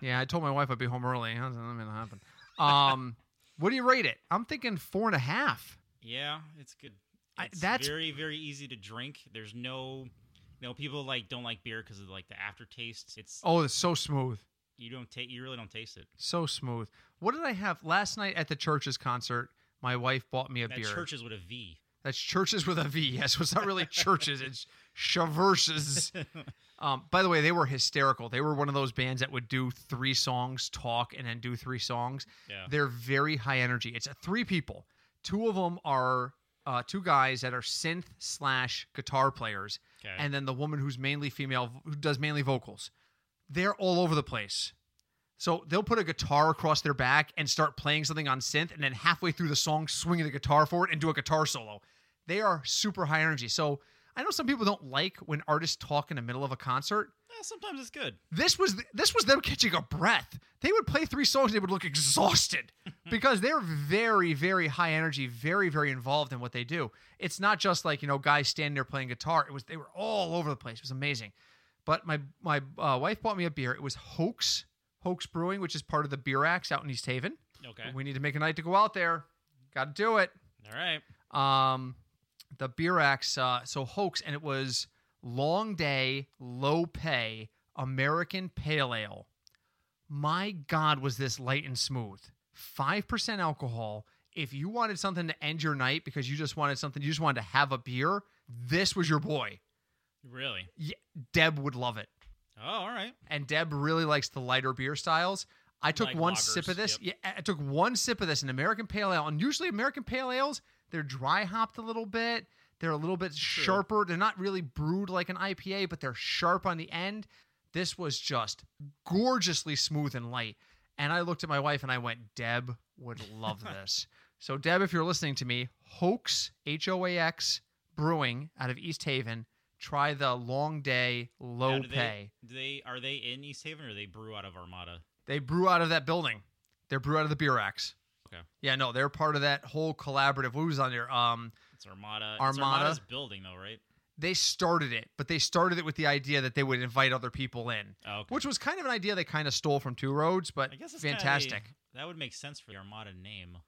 Speaker 2: yeah. I told my wife I'd be home early. That's not gonna happen. Um, what do you rate it? I'm thinking four and a half.
Speaker 1: Yeah, it's good.
Speaker 2: I-
Speaker 1: It's
Speaker 2: that's-
Speaker 1: very very easy to drink. There's no, you know, people like don't like beer because of like the aftertaste. It's
Speaker 2: Oh, it's so smooth,
Speaker 1: you don't take you really don't taste it.
Speaker 2: so smooth. What did I have last night at the church's concert? My wife bought me a
Speaker 1: That
Speaker 2: beer.
Speaker 1: churches with a V.
Speaker 2: That's churches with a V. Yes, it's not really churches. It's shaverses. Um, by the way, they were hysterical. They were one of those bands that would do three songs, talk, and then do three songs.
Speaker 1: Yeah.
Speaker 2: They're very high energy. It's uh, three people. Two of them are uh, two guys that are synth slash guitar players,
Speaker 1: Okay.
Speaker 2: and then the woman who's mainly female, who does mainly vocals. They're all over the place. So they'll put a guitar across their back and start playing something on synth, and then halfway through the song, swing the guitar forward and do a guitar solo. They are super high energy. So I know some people don't like when artists talk in the middle of a concert.
Speaker 1: Eh, sometimes it's good.
Speaker 2: This was this was them catching a breath. They would play three songs and they would look exhausted because they're very very high energy, very very involved in what they do. It's not just like, you know, guys standing there playing guitar. It was they were all over the place. It was amazing. But my my uh, wife bought me a beer. It was Hoax Hoax Brewing, which is part of the Beer Axe out in East Haven.
Speaker 1: Okay.
Speaker 2: We need to make a night to go out there. Got to do it
Speaker 1: All right.
Speaker 2: um the beer acts uh so hoax and it was long day low pay american pale ale my god was this light and smooth 5% alcohol if you wanted something to end your night because you just wanted something you just wanted to have a beer this was your boy
Speaker 1: Really.
Speaker 2: deb would love it
Speaker 1: Oh, all right.
Speaker 2: and Deb really likes the lighter beer styles. I took
Speaker 1: Like
Speaker 2: one
Speaker 1: lagers,
Speaker 2: sip of this. Yeah, I took one sip of this, an American Pale Ale, and usually American Pale Ales they're dry hopped a little bit. They're a little bit sharper. They're not really brewed like an IPA, but they're sharp on the end. This was just gorgeously smooth and light. And I looked at my wife and I went, Deb would love this. So, Deb, if you're listening to me, Hoax, H O A X Brewing out of East Haven. Try the long day, low
Speaker 1: Now, do
Speaker 2: pay.
Speaker 1: They, do they are they in East Haven or they brew out of Armada?
Speaker 2: They brew out of that building. They're brew out of the beer racks.
Speaker 1: Okay.
Speaker 2: Yeah, no, they're part of that whole collaborative. What was on there? Um,
Speaker 1: It's Armada. It's
Speaker 2: Armada?
Speaker 1: Armada's building though, right?
Speaker 2: they started it, but they started it with the idea that they would invite other people in,
Speaker 1: Oh, okay.
Speaker 2: which was kind of an idea they kind of stole from Two Roads, but
Speaker 1: I guess it's kinda a-
Speaker 2: fantastic.
Speaker 1: that would make sense for the Armada name.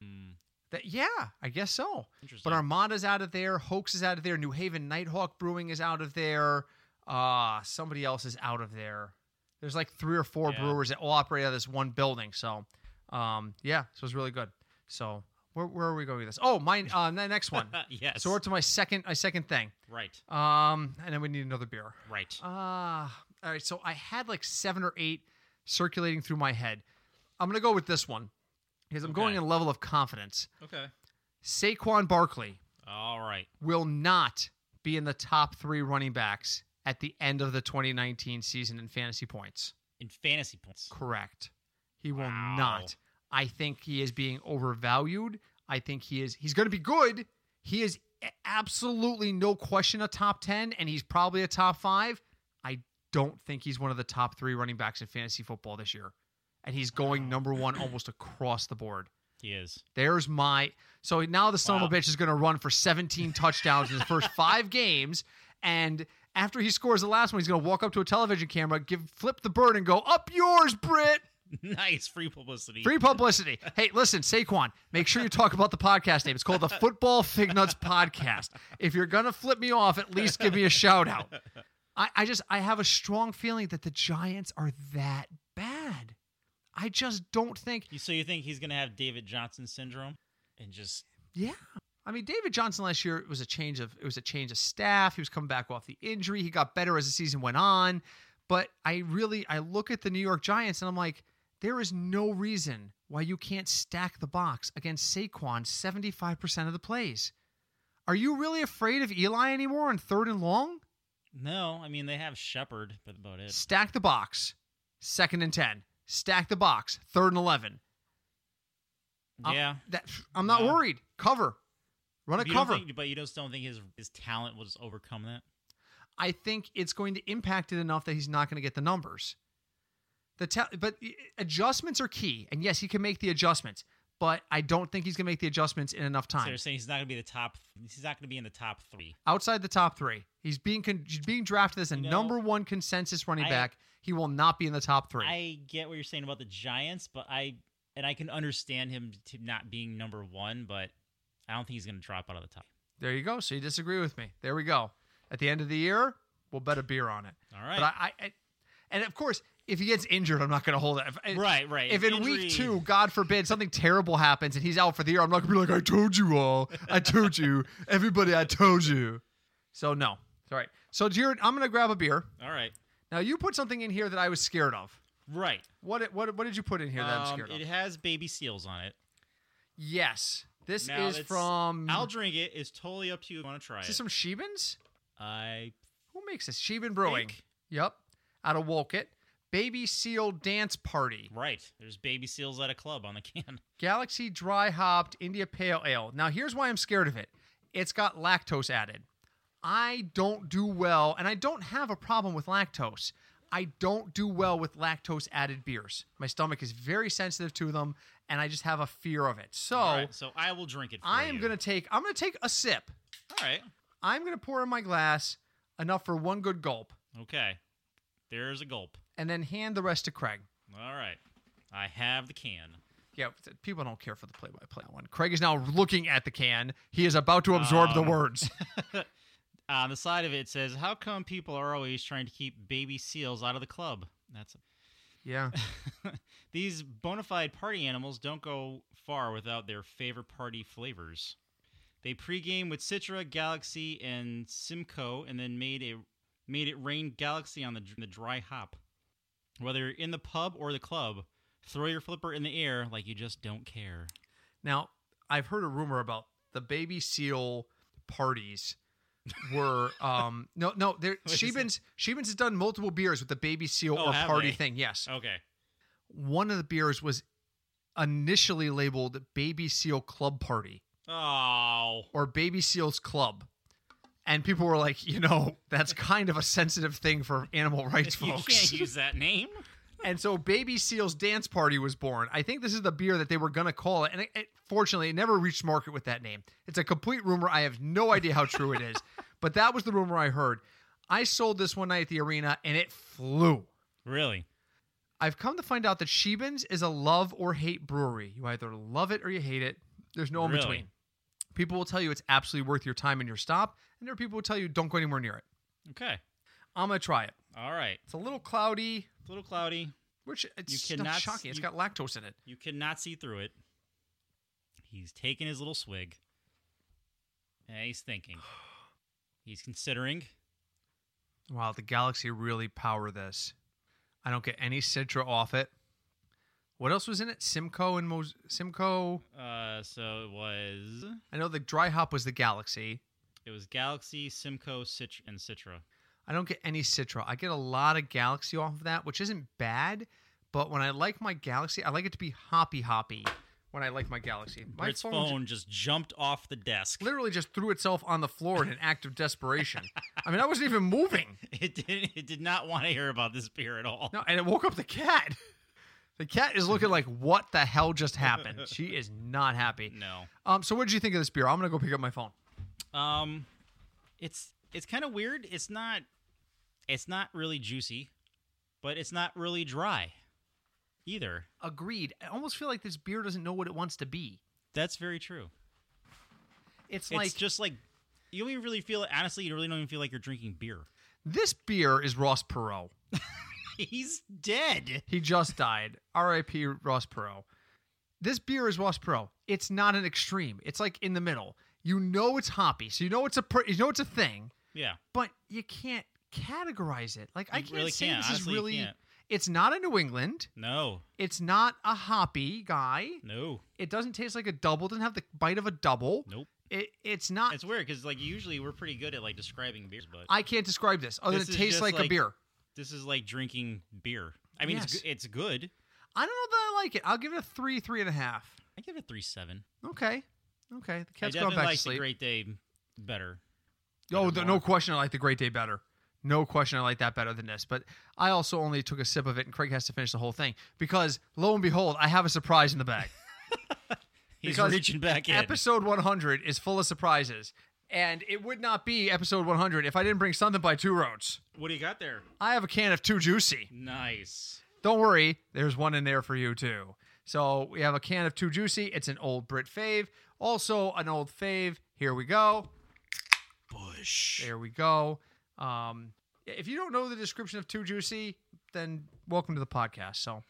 Speaker 1: Hmm,
Speaker 2: That, yeah, I guess so.
Speaker 1: interesting.
Speaker 2: But Armada's out of there. Hoax is out of there. New Haven Nighthawk Brewing is out of there. Uh, somebody else is out of there. There's like three or four
Speaker 1: Yeah.
Speaker 2: brewers that all operate out of this one building. So, um, yeah, so it's really good. So, where, where are we going with this? Oh, my uh, the next one.
Speaker 1: yes.
Speaker 2: So we're to my second my second thing.
Speaker 1: right.
Speaker 2: Um, and then we need another beer.
Speaker 1: Right.
Speaker 2: Ah, all right. So I had like seven or eight circulating through my head. I'm gonna go with this one because I'm going
Speaker 1: Okay.
Speaker 2: in a level of confidence.
Speaker 1: okay.
Speaker 2: Saquon Barkley
Speaker 1: All right.
Speaker 2: will not be in the top three running backs at the end of the 2019 season in fantasy points.
Speaker 1: In fantasy points.
Speaker 2: Correct. He will
Speaker 1: Wow.
Speaker 2: not. I think he is being overvalued. I think he is. He's going to be good. He is a- absolutely no question a top 10, and he's probably a top five. I don't think he's one of the top three running backs in fantasy football this year. And he's going
Speaker 1: Wow.
Speaker 2: number one almost across the board.
Speaker 1: He is.
Speaker 2: There's my so now the son of a
Speaker 1: Wow.
Speaker 2: bitch is going to run for 17 touchdowns in his first five games, and after he scores the last one, he's going to walk up to a television camera, give flip the bird, and go up yours, Brit.
Speaker 1: nice free publicity.
Speaker 2: Free publicity. Hey, listen, Saquon, make sure you talk about the podcast name. It's called the Football Fig Nuts Podcast. If you're gonna flip me off, at least give me a shout out. I, I just I have a strong feeling that the Giants are that bad. I just don't think
Speaker 1: You- So you think he's gonna have David Johnson syndrome and just
Speaker 2: Yeah. I mean, David Johnson last year it was a change of it was a change of staff. He was coming back off the injury. He got better as the season went on. But I really I look at the New York Giants and I'm like, there is no reason why you can't stack the box against Saquon 75% of the plays. Are you really afraid of Eli anymore on third and long?
Speaker 1: no? I mean, they have Shepard, but about it.
Speaker 2: Stack the box, second and ten. Stack the box, third and eleven. I'm-
Speaker 1: yeah.
Speaker 2: That I'm not
Speaker 1: No.
Speaker 2: worried. Cover. Uh, Run a
Speaker 1: You don't
Speaker 2: cover.
Speaker 1: think- but you just don't think his his talent will just overcome that.
Speaker 2: I think it's going to impact it enough that he's not going to get the numbers. The ta- but i- adjustments are key, and yes, he can make the adjustments, but I don't think he's going to make the adjustments in enough
Speaker 1: So
Speaker 2: time.
Speaker 1: you're saying he's not gonna be the top. He's not gonna be in the top three.
Speaker 2: Outside the top three, he's being con- he's being drafted as a
Speaker 1: You know,
Speaker 2: number one consensus running
Speaker 1: I-
Speaker 2: back. He will not be in the top three.
Speaker 1: I get what you're saying about the Giants, but I and I can understand him to not being number one, but I don't think he's gonna drop out of the top.
Speaker 2: there you go. So you disagree with me. There we go. At the end of the year, we'll bet a beer on it.
Speaker 1: All right.
Speaker 2: But I, I, I and of course, if he gets injured, I'm not going to hold it. If- I-
Speaker 1: right. Right.
Speaker 2: if in
Speaker 1: Injury-
Speaker 2: week two, God forbid, something terrible happens and he's out for the year, I'm not gonna be like, I told you all, I told you, everybody, I told you. So no, it's all right. So Jared, I'm gonna grab a beer.
Speaker 1: All right.
Speaker 2: Now you put something in here that I was scared of.
Speaker 1: Right.
Speaker 2: What it- what what did you put in here that I'm
Speaker 1: Um,
Speaker 2: scared of?
Speaker 1: it has baby seals on it.
Speaker 2: yes, this
Speaker 1: Now,
Speaker 2: is
Speaker 1: it's-
Speaker 2: from.
Speaker 1: I'll drink it. It's totally up to you if you want to try
Speaker 2: is
Speaker 1: it.
Speaker 2: this from Sheban's?
Speaker 1: I
Speaker 2: Who makes this? Sheban Brewing.
Speaker 1: think-
Speaker 2: Yep, out of Wolcott. Baby Seal Dance Party.
Speaker 1: Right. There's baby seals at a club on the can.
Speaker 2: Galaxy Dry Hopped India Pale Ale. Now, here's why I'm scared of it it's got lactose added. I don't do well, and I don't have a problem with lactose. I don't do well with lactose added beers. My stomach is very sensitive to them, and I just have a fear of it. So
Speaker 1: All right, so I will drink it. For
Speaker 2: Oh. I am
Speaker 1: you.
Speaker 2: gonna take I'm gonna take a sip.
Speaker 1: All right.
Speaker 2: I'm gonna pour in my glass enough for one good gulp,
Speaker 1: Okay. There's a gulp.
Speaker 2: and then hand the rest to Craig.
Speaker 1: All right. I have the can.
Speaker 2: Yeah, th- people don't care for the play-by-play one. Craig is now looking at the can. He is about to absorb the
Speaker 1: Um,
Speaker 2: words.
Speaker 1: On the side of it says, "How come people are always trying to keep baby seals out of the club?" That's
Speaker 2: yeah.
Speaker 1: these bona fide party animals don't go far without their favorite party flavors. They pregame with Citra, Galaxy, and Simcoe, and then made a made it rain Galaxy on the the dry hop. Whether you're in the pub or the club, throw your flipper in the air like you just don't care.
Speaker 2: Now, I've heard a rumor about the baby seal parties were um no no there
Speaker 1: What is it?
Speaker 2: Sheban's Sheban's has done multiple beers with the baby seal
Speaker 1: Oh,
Speaker 2: or
Speaker 1: have
Speaker 2: party
Speaker 1: they?
Speaker 2: thing. Yes.
Speaker 1: Okay,
Speaker 2: One of the beers was initially labeled Baby Seal Club Party
Speaker 1: Oh.
Speaker 2: or Baby Seals Club. And people were like, you know, that's kind of a sensitive thing for animal rights
Speaker 1: you
Speaker 2: folks.
Speaker 1: can't use that name.
Speaker 2: and so Baby Seals Dance Party was born. I think this is the beer that they were going to call it. And it, it, fortunately, it never reached market with that name. It's a complete rumor. I have no idea how true it is. But that was the rumor I heard. I sold this one night at the arena and it flew.
Speaker 1: Really?
Speaker 2: I've come to find out that Sheban's is a love or hate brewery. You either love it or you hate it. There's no in
Speaker 1: Really?
Speaker 2: between. People will tell you it's absolutely worth your time and your stop, and there are people who tell you don't go anywhere near it.
Speaker 1: Okay.
Speaker 2: I'm gonna try it.
Speaker 1: All right.
Speaker 2: It's a little cloudy,
Speaker 1: It's a little cloudy.
Speaker 2: which it's
Speaker 1: You
Speaker 2: not
Speaker 1: cannot-
Speaker 2: shocking. It's
Speaker 1: you-
Speaker 2: got lactose in it.
Speaker 1: You cannot see through it. He's taking his little swig. And he's thinking. He's considering.
Speaker 2: Wow, the Galaxy really power this. I don't get any Citra off it. What else was in it? Simcoe and Mos- Simcoe.
Speaker 1: Uh, so it was
Speaker 2: I know the dry hop was the Galaxy.
Speaker 1: it was Galaxy, Simcoe, Cit- and Citra.
Speaker 2: I don't get any Citra. I get a lot of Galaxy off of that, which isn't bad. But when I like my Galaxy, I like it to be hoppy hoppy. When I like my Galaxy, my
Speaker 1: Brit's phone, just jumped off the desk.
Speaker 2: ju- literally just threw itself on the floor in an act of desperation. I mean, I wasn't even moving.
Speaker 1: It did. It did not want to hear about this beer at all.
Speaker 2: No, and it woke up the cat. The cat is looking like, "What the hell just happened?" She is not happy.
Speaker 1: No.
Speaker 2: Um, so what did you think of this beer? I'm gonna go pick up my phone.
Speaker 1: Um, it's it's kind of weird. It's not. It's not really juicy, but it's not really dry, either.
Speaker 2: Agreed. I almost feel like this beer doesn't know what it wants to be.
Speaker 1: That's very true.
Speaker 2: It's,
Speaker 1: It's
Speaker 2: like
Speaker 1: just like you don't even really feel. Honestly, you really don't even feel like you're drinking beer.
Speaker 2: this beer is Ross Perot.
Speaker 1: He's dead.
Speaker 2: He just died. R.I.P. Ross Perot. This beer is Ross Perot. It's not an extreme. It's like in the middle. You know it's hoppy, so you know it's a pr- you know it's a thing,
Speaker 1: Yeah,
Speaker 2: but you can't categorize it. Like I
Speaker 1: You
Speaker 2: can't
Speaker 1: really
Speaker 2: say
Speaker 1: can't.
Speaker 2: this
Speaker 1: Honestly,
Speaker 2: is
Speaker 1: you
Speaker 2: really.
Speaker 1: can't.
Speaker 2: It's not a New England.
Speaker 1: no,
Speaker 2: It's not a hoppy guy.
Speaker 1: no,
Speaker 2: It doesn't taste like a double. Doesn't have the bite of a double.
Speaker 1: nope.
Speaker 2: It, it's not.
Speaker 1: It's weird because like usually we're pretty good at like describing beers, but
Speaker 2: I can't describe this. Other
Speaker 1: This
Speaker 2: than it
Speaker 1: is
Speaker 2: tastes
Speaker 1: just
Speaker 2: like, a
Speaker 1: like-
Speaker 2: beer.
Speaker 1: this is like drinking beer. I mean, it's
Speaker 2: Yes.
Speaker 1: it's it's good.
Speaker 2: I don't know that I like it. I'll give it a three, three and a half.
Speaker 1: I give it three seven.
Speaker 2: Okay. Okay. The cat's
Speaker 1: I
Speaker 2: gone
Speaker 1: definitely
Speaker 2: back
Speaker 1: like
Speaker 2: to
Speaker 1: the
Speaker 2: sleep.
Speaker 1: Great Day better.
Speaker 2: Oh,
Speaker 1: Better
Speaker 2: the,
Speaker 1: than
Speaker 2: no
Speaker 1: Mark.
Speaker 2: question. I like the Great Day better. No question. I like that better than this. But I also only took a sip of it, and Craig has to finish the whole thing because lo and behold, I have a surprise in the bag.
Speaker 1: He's
Speaker 2: Because
Speaker 1: reaching back in.
Speaker 2: episode 100 is full of surprises, and it would not be episode 100 if I didn't bring something by Two Roads.
Speaker 1: what do you got there?
Speaker 2: I have a can of Two Juicy.
Speaker 1: Nice.
Speaker 2: Don't worry, there's one in there for you too. So we have a can of Two Juicy. It's an old Brit fave, also an old fave. Here we go.
Speaker 1: Bush.
Speaker 2: There we go. Um, if you don't know the description of Too Juicy, then welcome to the podcast. So, all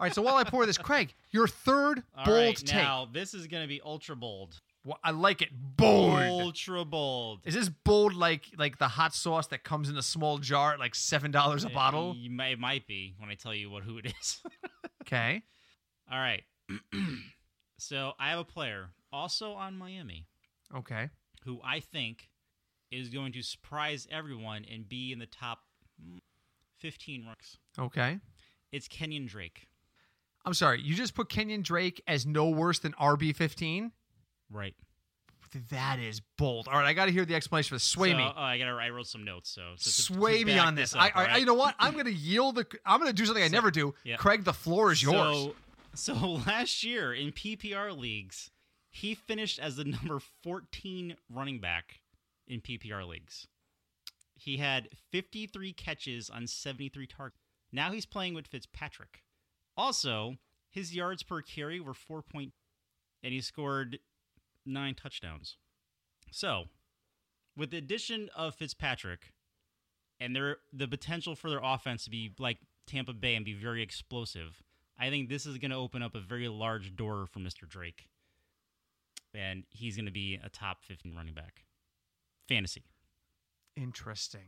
Speaker 2: right. So while I pour this, Craig, your third
Speaker 1: All
Speaker 2: bold
Speaker 1: right,
Speaker 2: take.
Speaker 1: now this is gonna be ultra bold.
Speaker 2: Wha- I like it. Bold.
Speaker 1: Ultra bold.
Speaker 2: Is this bold like like the hot sauce that comes in a small jar at like seven dollars a bottle?
Speaker 1: It, it Eh, might be when I tell you what who it is.
Speaker 2: Okay.
Speaker 1: All right. so I have a player also on Miami
Speaker 2: Okay.
Speaker 1: who I think is going to surprise everyone and be in the top 15 ranks.
Speaker 2: Okay.
Speaker 1: It's Kenyon Drake.
Speaker 2: I'm sorry. You just put Kenyon Drake as no worse than RB15.
Speaker 1: Right.
Speaker 2: That is bold. All right. I got to hear the explanation for this. Sway
Speaker 1: So,
Speaker 2: me.
Speaker 1: oh, I got I wrote some notes so to- to- to
Speaker 2: sway me
Speaker 1: back
Speaker 2: on this.
Speaker 1: up,
Speaker 2: I, I,
Speaker 1: all
Speaker 2: I,
Speaker 1: right?
Speaker 2: you know what? I'm going to yield. The, I'm going to do something I
Speaker 1: So-
Speaker 2: never do.
Speaker 1: yeah.
Speaker 2: Craig, the floor is yours.
Speaker 1: So, so last year in PPR leagues, he finished as the number 14 running back in PPR leagues. He had 53 catches on 73 targets. Now he's playing with Fitzpatrick. Also, his yards per carry were 4 point and he scored 9 touchdowns. So, with the addition of Fitzpatrick and their the potential for their offense to be like Tampa Bay and be very explosive, I think this is going to open up a very large door for Mr. Drake. And he's going to be a top 15 running back. Fantasy.
Speaker 2: Interesting.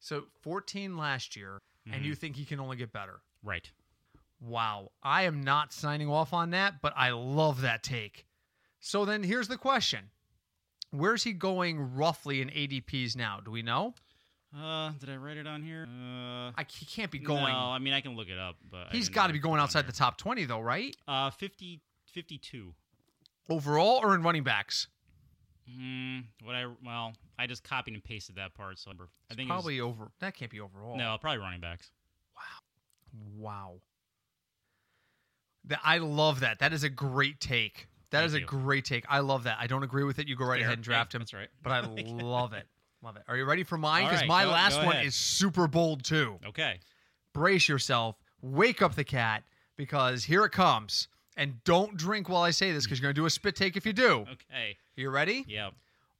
Speaker 2: So 14 last year, and
Speaker 1: Mhm.
Speaker 2: you think he can only get better?
Speaker 1: Right.
Speaker 2: Wow. I am not signing off on that, but I love that take. So then here's the question. Where's he going roughly in ADPs now? Do we know?
Speaker 1: Uh, did I write it on here? Uh,
Speaker 2: I, he can't be going.
Speaker 1: No, I mean I can look it up, but
Speaker 2: He's got to be going outside the top 20, though, right?
Speaker 1: the. Uh, 50, 52.
Speaker 2: Overall or in running backs?
Speaker 1: Hmm. What I well, I just copied and pasted that part, so I think it was-
Speaker 2: Probably over. That can't be overall.
Speaker 1: no, probably running backs.
Speaker 2: Wow. That I love that. That is a great take. That
Speaker 1: Thank
Speaker 2: is a
Speaker 1: you.
Speaker 2: great take. I love that. I don't agree with it. You go right
Speaker 1: Fair.
Speaker 2: ahead and draft
Speaker 1: Yeah,
Speaker 2: him.
Speaker 1: That's right.
Speaker 2: But I love it. Love it. Are you ready for mine?
Speaker 1: All
Speaker 2: Because
Speaker 1: right,
Speaker 2: my
Speaker 1: go-
Speaker 2: last
Speaker 1: go
Speaker 2: one
Speaker 1: ahead.
Speaker 2: is super bold too.
Speaker 1: Okay.
Speaker 2: Brace yourself. Wake up the cat because here it comes. And don't drink while I say this because you're going to do a spit take if you do.
Speaker 1: Okay.
Speaker 2: You ready?
Speaker 1: Yeah.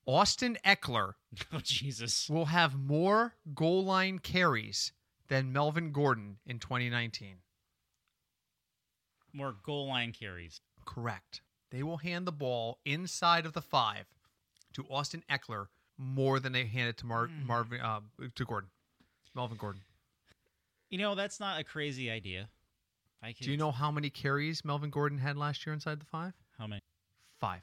Speaker 2: Austin Eckler
Speaker 1: Oh Jesus.
Speaker 2: will have more goal line carries than Melvin Gordon in 2019.
Speaker 1: More goal line carries.
Speaker 2: Correct. They will hand the ball inside of the five to Austin Eckler more than they handed to Mar- Marvin uh, to Gordon, Melvin Gordon.
Speaker 1: You know that's not a crazy idea. I can.
Speaker 2: Do you know how many carries Melvin Gordon had last year inside the five?
Speaker 1: how many?
Speaker 2: Five.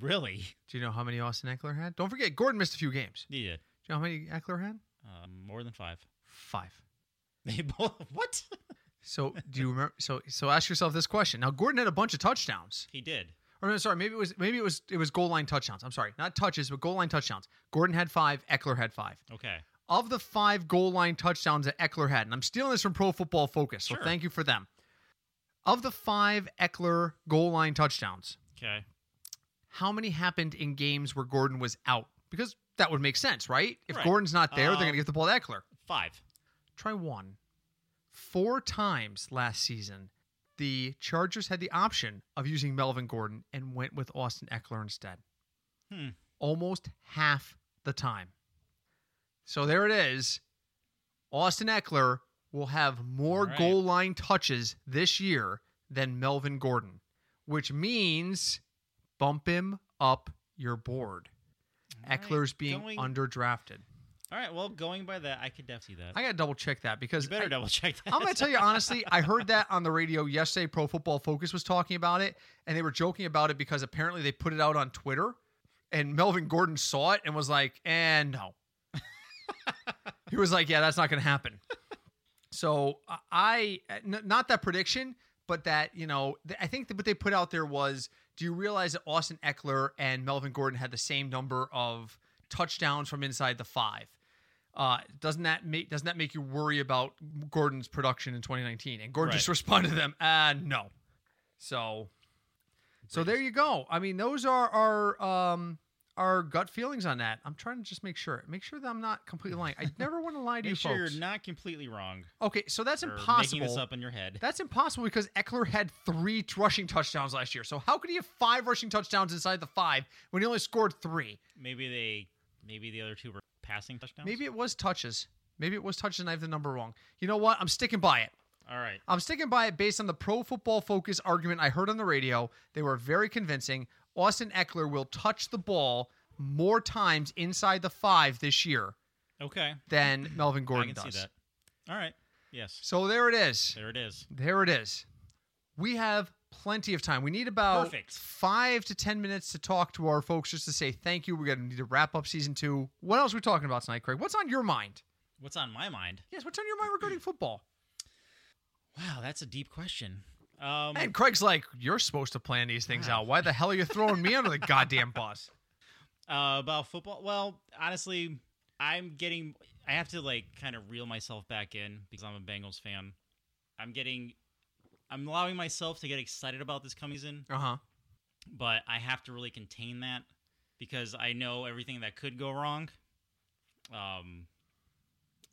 Speaker 1: Really?
Speaker 2: Do you know how many Austin Eckler had? Don't forget, Gordon missed a few games.
Speaker 1: Yeah.
Speaker 2: Do you know how many Eckler had?
Speaker 1: Uh, more than five.
Speaker 2: Five.
Speaker 1: They both. What?
Speaker 2: So do you remember? So so ask yourself this question. Now Gordon had a bunch of touchdowns.
Speaker 1: He did.
Speaker 2: Or no, sorry, maybe it was maybe it was it was goal line touchdowns. I'm sorry, not touches, but goal line touchdowns. Gordon had five. Eckler had five.
Speaker 1: Okay.
Speaker 2: of the five goal line touchdowns that Eckler had, and I'm stealing this from Pro Football Focus, so
Speaker 1: Sure.
Speaker 2: thank you for them. Of the five Eckler goal line touchdowns,
Speaker 1: Okay.
Speaker 2: how many happened in games where Gordon was out? Because that would make sense, right? If
Speaker 1: Right.
Speaker 2: Gordon's not there, they're
Speaker 1: Um,
Speaker 2: going to get the ball to Eckler.
Speaker 1: Five.
Speaker 2: Try one. Four times last season, the Chargers had the option of using Melvin Gordon and went with Austin Eckler instead.
Speaker 1: Hmm.
Speaker 2: Almost half the time. So there it is. Austin Eckler will have more
Speaker 1: All right.
Speaker 2: goal line touches this year than Melvin Gordon, which means bump him up your board.
Speaker 1: right,
Speaker 2: Eckler's being
Speaker 1: going-
Speaker 2: underdrafted.
Speaker 1: All right. Well, going by that, I could definitely see that.
Speaker 2: I got to double check that because
Speaker 1: you better
Speaker 2: I-
Speaker 1: double check that.
Speaker 2: I'm going to tell you honestly, I heard that on the radio yesterday. Pro Football Focus was talking about it, and they were joking about it because apparently they put it out on Twitter, and Melvin Gordon saw it and was like, "And no." he was like, "Yeah, that's not going to happen." So uh, I, n- not that prediction, but that you know, th- I think that what they put out there was, do you realize that Austin Eckler and Melvin Gordon had the same number of touchdowns from inside the five? Uh, doesn't that make doesn't that make you worry about Gordon's production in 2019? And Gordon
Speaker 1: Right.
Speaker 2: just responded to them, uh, no. So, so there you go. I mean, those are our um our gut feelings on that. I'm trying to just make sure make sure that I'm not completely lying. I never want to lie to
Speaker 1: Make
Speaker 2: you
Speaker 1: sure
Speaker 2: folks.
Speaker 1: you're not completely wrong.
Speaker 2: Okay, so that's
Speaker 1: or
Speaker 2: impossible.
Speaker 1: Making this up in your head.
Speaker 2: That's impossible because Eckler had three t- rushing touchdowns last year. So how could he have five rushing touchdowns inside the five when he only scored three?
Speaker 1: Maybe they. Maybe the other two were passing touchdowns.
Speaker 2: Maybe it was touches. Maybe it was touches and I have the number wrong. You know what? I'm sticking by it.
Speaker 1: All right.
Speaker 2: I'm sticking by it based on the pro football focus argument I heard on the radio. They were very convincing. Austin Eckler will touch the ball more times inside the five this year
Speaker 1: Okay.
Speaker 2: than Melvin Gordon
Speaker 1: I can
Speaker 2: does.
Speaker 1: see that. All right. Yes.
Speaker 2: So there it is.
Speaker 1: There it is.
Speaker 2: There it is. We have plenty of time. We need about
Speaker 1: Perfect.
Speaker 2: five to ten minutes to talk to our folks just to say thank you. We're gonna need to wrap up season two. What else are we talking about tonight, Craig? What's on your mind?
Speaker 1: What's on my mind?
Speaker 2: Yes, what's on your mind regarding football?
Speaker 1: Wow, that's a deep question. Um,
Speaker 2: And Craig's like, You're supposed to plan these things out. Why the hell are you throwing me under the goddamn bus?
Speaker 1: uh, about football. Well, honestly, I'm getting. I have to like kind of reel myself back in because I'm a Bengals fan. I'm getting. I'm allowing myself to get excited about this coming season,
Speaker 2: Uh-huh.
Speaker 1: but I have to really contain that because I know everything that could go wrong. Um,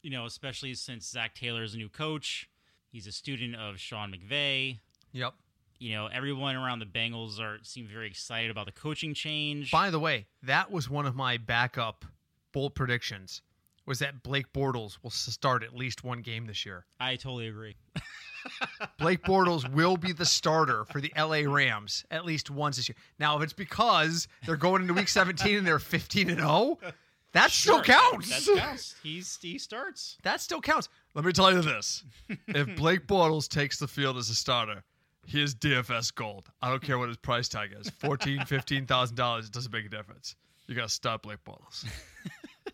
Speaker 1: you know, especially since Zach Taylor's a new coach. He's a student of Sean McVay.
Speaker 2: Yep.
Speaker 1: You know, everyone around the Bengals are seem very excited about the coaching change.
Speaker 2: By the way, that was one of my backup bold predictions was that Blake Bortles will s- start at least one game this year.
Speaker 1: I totally agree.
Speaker 2: Blake Bortles will be the starter for the LA Rams at least once this year. Now, if it's because they're going into week 17 and they're 15 and 0, that still
Speaker 1: Sure,
Speaker 2: counts.
Speaker 1: That counts. He's he starts.
Speaker 2: That still counts. Let me tell you this. If Blake Bortles takes the field as a starter, he is DFS gold. I don't care what his price tag is. $14,000, $15,000, it doesn't make a difference. You got to stop Blake Bortles.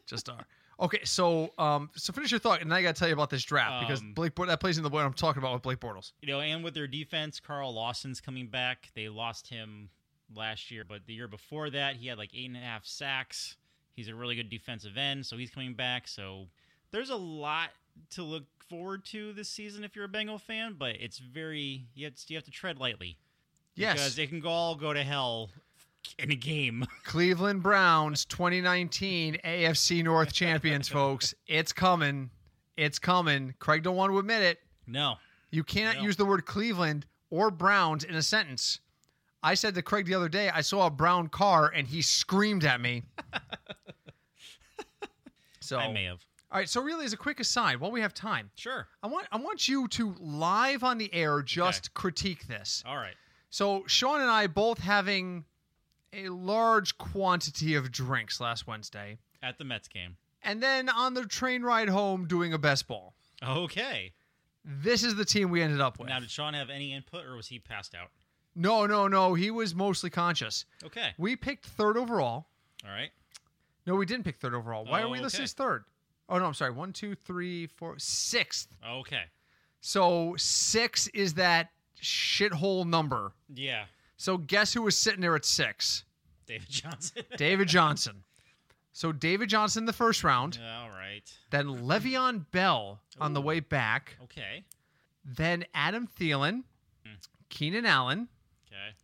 Speaker 2: Just are. Okay, so um, so finish your thought, and then I got to tell you about this draft because
Speaker 1: Um,
Speaker 2: Blake Bort- that plays into what I'm talking about with Blake Bortles.
Speaker 1: you know, and with their defense, Carl Lawson's coming back. They lost him last year, but the year before that, he had like eight and a half sacks. He's a really good defensive end, so he's coming back. So there's a lot to look forward to this season if you're a Bengal fan, but it's very you have to, you have to tread lightly
Speaker 2: Yes,
Speaker 1: because it can go- all go to hell in a game.
Speaker 2: Cleveland Browns 2019 AFC North champions, folks. It's coming. It's coming. Craig don't want to admit it.
Speaker 1: no,
Speaker 2: You cannot
Speaker 1: No.
Speaker 2: use the word Cleveland or Browns in a sentence. I said to Craig the other day, I saw a brown car and he screamed at me. so,
Speaker 1: I may have.
Speaker 2: all right. So, really, as a quick aside, while we have time,
Speaker 1: Sure.
Speaker 2: I want I want you to live on the air just critique this.
Speaker 1: All right.
Speaker 2: So, Sean and I both having a large quantity of drinks last Wednesday,
Speaker 1: At the Mets game.
Speaker 2: and then on the train ride home doing a best ball.
Speaker 1: Okay.
Speaker 2: This is the team we ended up with.
Speaker 1: Now, did Sean have any input, or was he passed out?
Speaker 2: No, no, no. He was mostly conscious.
Speaker 1: Okay.
Speaker 2: We picked third overall.
Speaker 1: All right.
Speaker 2: No, we didn't pick third overall. Why
Speaker 1: Oh,
Speaker 2: are we listed
Speaker 1: okay.
Speaker 2: as third? Oh no, I'm sorry. One, two, three, four, sixth.
Speaker 1: Okay.
Speaker 2: So six is that shithole number.
Speaker 1: Yeah.
Speaker 2: So guess who was sitting there at six?
Speaker 1: David Johnson.
Speaker 2: David Johnson. So David Johnson in the first round,
Speaker 1: All right.
Speaker 2: then Le'Veon Bell on the
Speaker 1: Ooh.
Speaker 2: way back,
Speaker 1: Okay.
Speaker 2: then Adam Thielen, Keenan Allen,
Speaker 1: Okay.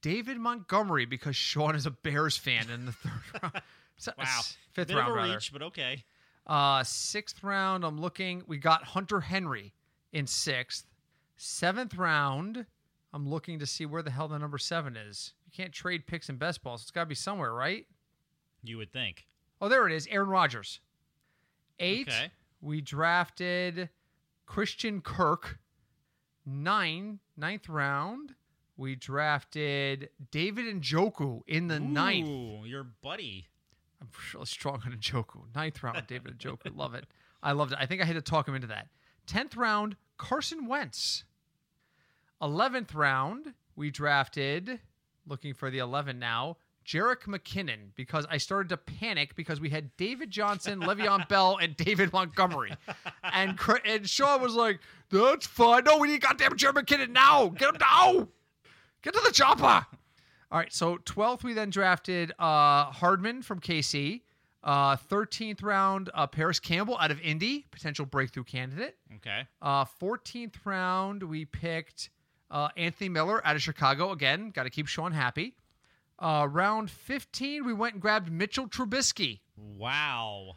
Speaker 2: David Montgomery because Sean is a Bears fan in the third round. So-
Speaker 1: Wow.
Speaker 2: Fifth
Speaker 1: Bit
Speaker 2: round,
Speaker 1: of a
Speaker 2: rather.
Speaker 1: reach, but okay.
Speaker 2: Uh, sixth round, I'm looking. We got Hunter Henry in sixth. Seventh round, I'm looking to see where the hell the number seven is. You can't trade picks in best ball, so it's got to be somewhere, right?
Speaker 1: You would think.
Speaker 2: Oh, there it is. Aaron Rodgers. Eight,
Speaker 1: Okay.
Speaker 2: we drafted Christian Kirk. Nine, ninth round, we drafted David Njoku in the ninth.
Speaker 1: Ooh, your buddy.
Speaker 2: I'm really strong on Njoku. Ninth round, David Njoku. Love it. I loved it. I think I had to talk him into that. Tenth round, Carson Wentz. Eleventh round, we drafted, looking for the 11 now, Jarek McKinnon, because I started to panic because we had David Johnson, Le'Veon Bell, and David Montgomery. And, Cra- and Sean was like, that's fine. No, we need goddamn Jarek McKinnon now. Get him now. Get to the chopper. All right. So 12th, we then drafted uh, Hardman from KC. Uh, 13th round, uh, Paris Campbell out of Indy, potential breakthrough candidate.
Speaker 1: Okay.
Speaker 2: Uh, 14th round, we picked uh, Anthony Miller out of Chicago. Again, got to keep Sean happy. Uh, round 15, we went and grabbed Mitchell Trubisky,
Speaker 1: Wow.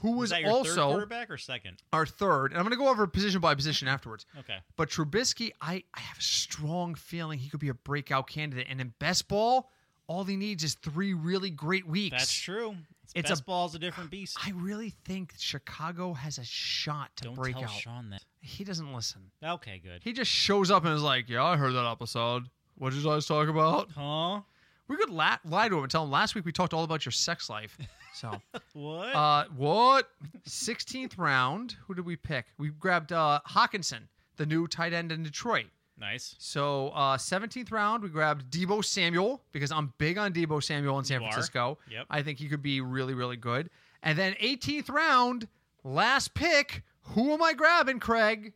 Speaker 2: who
Speaker 1: Was
Speaker 2: was,
Speaker 1: that your third
Speaker 2: also
Speaker 1: quarterback or second?
Speaker 2: our third. And I'm going to go over position by position afterwards.
Speaker 1: Okay.
Speaker 2: But Trubisky, I, I have a strong feeling he could be a breakout candidate. And in best ball, all he needs is three really great weeks.
Speaker 1: That's true.
Speaker 2: It's
Speaker 1: It's
Speaker 2: a-
Speaker 1: best ball's a different beast.
Speaker 2: I really think Chicago has a shot to
Speaker 1: Don't
Speaker 2: break
Speaker 1: tell
Speaker 2: out.
Speaker 1: Sean that.
Speaker 2: He doesn't listen.
Speaker 1: Okay, good.
Speaker 2: He just shows up and is like, "Yeah, I heard that episode. What did you guys talk about?"
Speaker 1: Huh?
Speaker 2: We could la- lie to him and tell him last week we talked all about your sex life. So,
Speaker 1: What?
Speaker 2: uh, what? Sixteenth round. Who did we pick? We grabbed uh, Hawkinson, the new tight end in Detroit.
Speaker 1: nice.
Speaker 2: So, uh, 17th round, we grabbed Debo Samuel because I'm big on Debo Samuel in San
Speaker 1: You are.
Speaker 2: Francisco.
Speaker 1: Yep.
Speaker 2: I think he could be really, really good. And then 18th round, last pick. Who am I grabbing, Craig?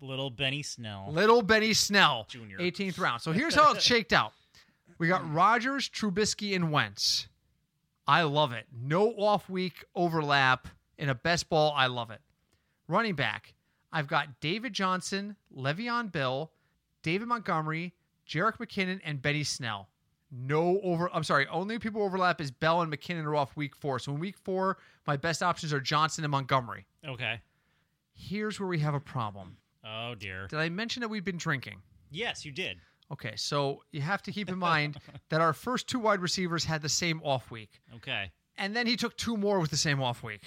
Speaker 1: Little Benny Snell.
Speaker 2: Little Benny Snell,
Speaker 1: Junior.
Speaker 2: 18th round. So here's how it shaked out. We got Rogers, Trubisky, and Wentz. I love it. No off week overlap in a best ball. I love it. Running back, I've got David Johnson, Le'Veon Bell, David Montgomery, Jarek McKinnon, and Benny Snell. No over. I'm sorry. Only people overlap is Bell and McKinnon are off week four. So in week four, my best options are Johnson and Montgomery.
Speaker 1: Okay.
Speaker 2: Here's where we have a problem.
Speaker 1: Oh dear.
Speaker 2: Did I mention that we've been drinking?
Speaker 1: Yes, you did.
Speaker 2: Okay, so you have to keep in mind that our first two wide receivers had the same off week,
Speaker 1: Okay.
Speaker 2: and then he took two more with the same off week.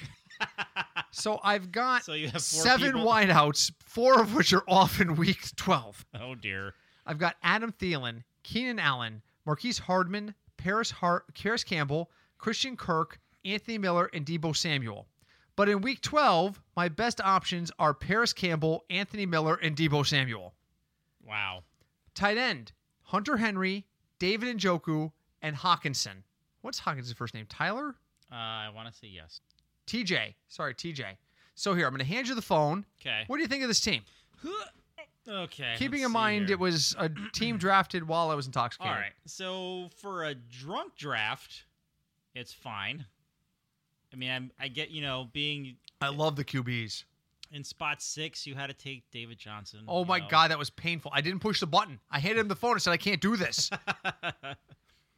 Speaker 2: so I've got
Speaker 1: So you have four
Speaker 2: seven
Speaker 1: people-
Speaker 2: wideouts, four of which are off in week 12.
Speaker 1: Oh dear.
Speaker 2: I've got Adam Thielen, Keenan Allen, Marquise Hardman, Paris, Har- Paris Campbell, Christian Kirk, Anthony Miller, and Debo Samuel. But in week 12, my best options are Paris Campbell, Anthony Miller, and Debo Samuel.
Speaker 1: Wow.
Speaker 2: Tight end, Hunter Henry, David Njoku, and Hawkinson. What's Hawkinson's first name? Tyler?
Speaker 1: Uh, I want to say yes.
Speaker 2: TJ. Sorry, TJ. So here, I'm going to hand you the phone.
Speaker 1: Okay.
Speaker 2: What do you think of this team?
Speaker 1: Okay.
Speaker 2: Keeping
Speaker 1: let's
Speaker 2: in
Speaker 1: see
Speaker 2: mind
Speaker 1: here.
Speaker 2: it was a team drafted while I was intoxicated.
Speaker 1: All right. So for a drunk draft, it's fine. I mean, I'm, I get you know being
Speaker 2: I love the QBs.
Speaker 1: in spot six, you had to take David Johnson.
Speaker 2: Oh
Speaker 1: you
Speaker 2: my
Speaker 1: know.
Speaker 2: god, that was painful. I didn't push the button. I handed him the phone and said I can't do this.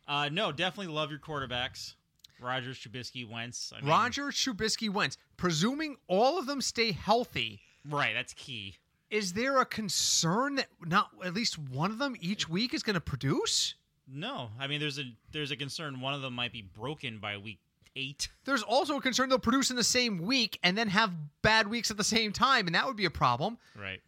Speaker 1: uh, no, definitely love your quarterbacks. Rogers, Trubisky, Wentz. I mean,
Speaker 2: Roger Trubisky Wentz, presuming all of them stay healthy,
Speaker 1: Right, that's key.
Speaker 2: is there a concern that not at least one of them each week is going to produce?
Speaker 1: No, I mean there's a there's a concern one of them might be broken by week eight.
Speaker 2: There's also a concern they'll produce in the same week and then have bad weeks at the same time, and that would be a problem.
Speaker 1: Right.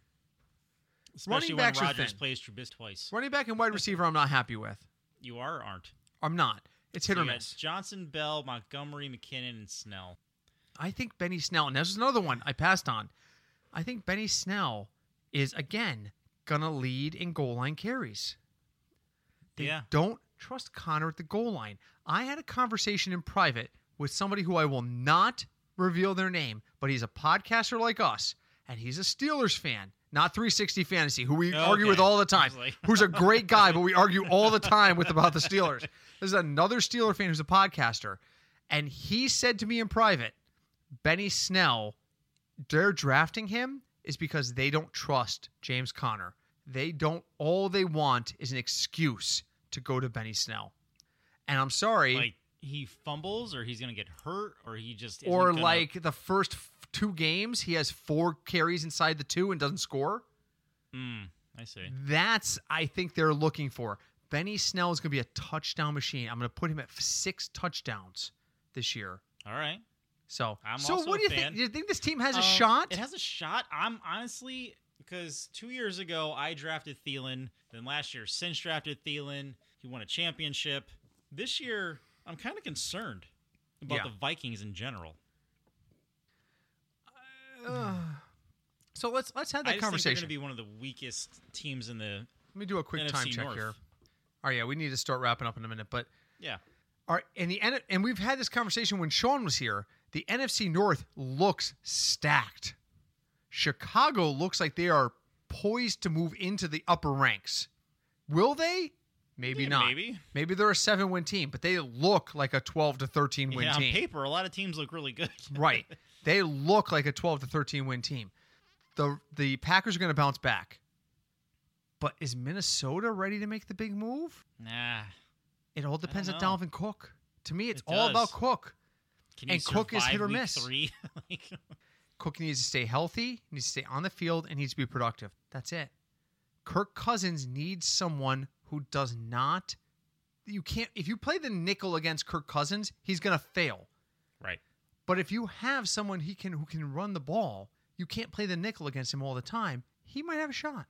Speaker 1: Especially when
Speaker 2: backs are
Speaker 1: Rogers
Speaker 2: thin.
Speaker 1: plays Trubisky twice.
Speaker 2: Running back and wide receiver, I'm not happy with.
Speaker 1: You are or aren't.
Speaker 2: I'm not. It's hit or
Speaker 1: You got
Speaker 2: miss.
Speaker 1: Johnson, Bell, Montgomery, McKinnon, and Snell.
Speaker 2: I think Benny Snell, and this is another one I passed on. I think Benny Snell is again gonna lead in goal line carries. They
Speaker 1: Yeah.
Speaker 2: don't trust Connor at the goal line. I had a conversation in private with somebody who I will not reveal their name, but he's a podcaster like us, and he's a Steelers fan, not 360 fantasy, who we argue
Speaker 1: Okay.
Speaker 2: with all the
Speaker 1: I
Speaker 2: time.
Speaker 1: was like-
Speaker 2: who's a great guy, but we argue all the time with about the Steelers. This is another Steeler fan who's a podcaster, and he said to me in private, Benny Snell, they're drafting him is because they don't trust James Conner. They don't. All they want is an excuse to go to Benny Snell. And I'm sorry,
Speaker 1: Like he fumbles or he's gonna get hurt or he just isn't
Speaker 2: or
Speaker 1: gonna-
Speaker 2: like the first f- two games, he has four carries inside the two and doesn't score.
Speaker 1: Mm, I see.
Speaker 2: That's I think they're looking for. Benny Snell is going to be a touchdown machine. I'm going to put him at six touchdowns this year.
Speaker 1: All right.
Speaker 2: So,
Speaker 1: I'm
Speaker 2: so
Speaker 1: also
Speaker 2: what
Speaker 1: a
Speaker 2: do you
Speaker 1: fan.
Speaker 2: think? Do you think this team has a
Speaker 1: Um,
Speaker 2: shot?
Speaker 1: It has a shot. I'm honestly because two years ago I drafted Thielen. Then last year Cinch drafted Thielen. He won a championship. This year I'm kind of concerned about
Speaker 2: Yeah.
Speaker 1: the Vikings in general.
Speaker 2: Ugh. so let's let's have
Speaker 1: I
Speaker 2: that
Speaker 1: just
Speaker 2: conversation.
Speaker 1: think they're going to be one of the weakest teams in the
Speaker 2: Let me do a quick
Speaker 1: NFC
Speaker 2: time check
Speaker 1: North.
Speaker 2: here. All right, yeah, we need to start wrapping up in a minute, but
Speaker 1: yeah.
Speaker 2: all right, and the N- and we've had this conversation when Sean was here. The NFC North looks stacked. Chicago looks like they are poised to move into the upper ranks. Will they? Maybe
Speaker 1: Yeah,
Speaker 2: not.
Speaker 1: Maybe.
Speaker 2: Maybe they're a seven-win team, but they look like a twelve to thirteen win
Speaker 1: Yeah, on
Speaker 2: team.
Speaker 1: paper, a lot of teams look really good.
Speaker 2: right. They look like a 12 to 13 win team. The the Packers are going to bounce back. But is Minnesota ready to make the big move?
Speaker 1: Nah.
Speaker 2: It all depends on
Speaker 1: know.
Speaker 2: Dalvin Cook. To me, it's
Speaker 1: It
Speaker 2: all about
Speaker 1: does.
Speaker 2: Cook.
Speaker 1: Can you
Speaker 2: And Cook is
Speaker 1: survive
Speaker 2: hit or
Speaker 1: week
Speaker 2: miss.
Speaker 1: Three. like,
Speaker 2: Cook needs to stay healthy, needs to stay on the field, and needs to be productive. That's it. Kirk Cousins needs someone who does not. You can't. If you play the nickel against Kirk Cousins, he's going to fail.
Speaker 1: right.
Speaker 2: But if you have someone he can who can run the ball, you can't play the nickel against him all the time. He might have a shot.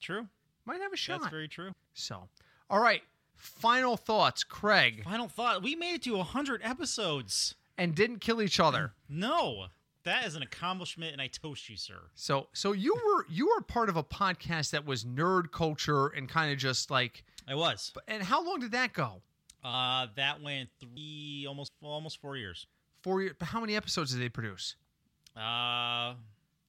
Speaker 1: True.
Speaker 2: Might have a
Speaker 1: That's
Speaker 2: shot.
Speaker 1: very true.
Speaker 2: so, all right. Final thoughts, Craig,
Speaker 1: Final thought. We made it to 100 episodes.
Speaker 2: and didn't kill each other.
Speaker 1: No. That is an accomplishment, and I toast you, sir.
Speaker 2: So, so you were you were part of a podcast that was nerd culture and kind of just like.
Speaker 1: I was.
Speaker 2: And how long did that go?
Speaker 1: Uh, that went three, almost well, almost four years.
Speaker 2: Four years. How many episodes did they produce?
Speaker 1: Uh,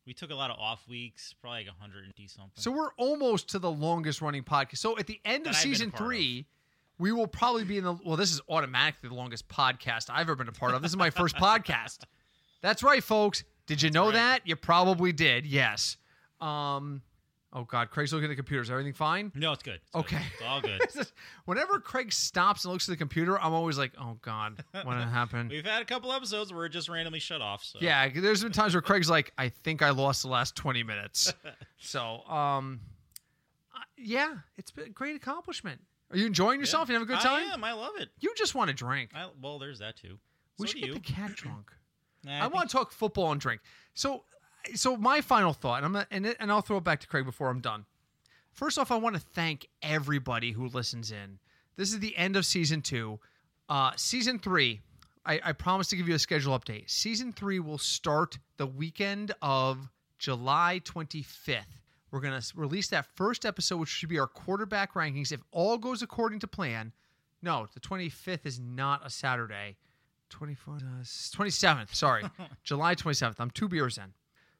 Speaker 1: we took a lot of off weeks, probably like 150 something.
Speaker 2: So we're almost to the longest running podcast. So at the end
Speaker 1: That
Speaker 2: of
Speaker 1: I've been a
Speaker 2: season
Speaker 1: part of.
Speaker 2: three, we will probably be in the well, this is automatically the longest podcast I've ever been a part of. This is my first podcast. That's right, folks. Did you know
Speaker 1: right.
Speaker 2: that? You probably did, yes. Um oh god, Craig's looking at the computer. Is everything fine?
Speaker 1: no, it's good. It's good.
Speaker 2: Okay.
Speaker 1: It's all good.
Speaker 2: This is- Whenever Craig stops and looks at the computer, I'm always like, oh god, what happened?
Speaker 1: We've had a couple episodes where it just randomly shut off. So
Speaker 2: Yeah, there's been times where Craig's like, I think I lost the last 20 minutes. so, um, uh, yeah, it's been a great accomplishment. Are you enjoying yourself? You have a good time?
Speaker 1: I am. I love it.
Speaker 2: You just want to drink.
Speaker 1: I, well, there's that too.
Speaker 2: we
Speaker 1: so do
Speaker 2: should get
Speaker 1: you.
Speaker 2: the cat drunk.
Speaker 1: Nah,
Speaker 2: I,
Speaker 1: think-
Speaker 2: want to talk football and drink. So, so my final thought, and I'm gonna- and, it- and I'll throw it back to Craig before I'm done. First off, I want to thank everybody who listens in. This is the end of season two. Uh, season three, I, I promise to give you a schedule update. Season three will start the weekend of July 25th. We're gonna s- release that first episode, which should be our quarterback rankings. If all goes according to plan, no, the 25th is not a Saturday. 24, uh, 27th, sorry. July 27th. I'm two beers in.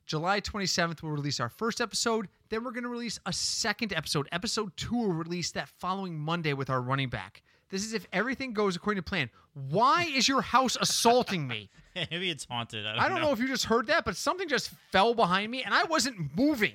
Speaker 2: July 27th, we'll release our first episode. Then we're going to release a second episode. Episode two will release that following Monday with our running back. This is if everything goes according to plan. Why is your house assaulting me?
Speaker 1: Maybe it's haunted. I don't,
Speaker 2: I don't know. if you just heard that, but something just fell behind me and I wasn't moving.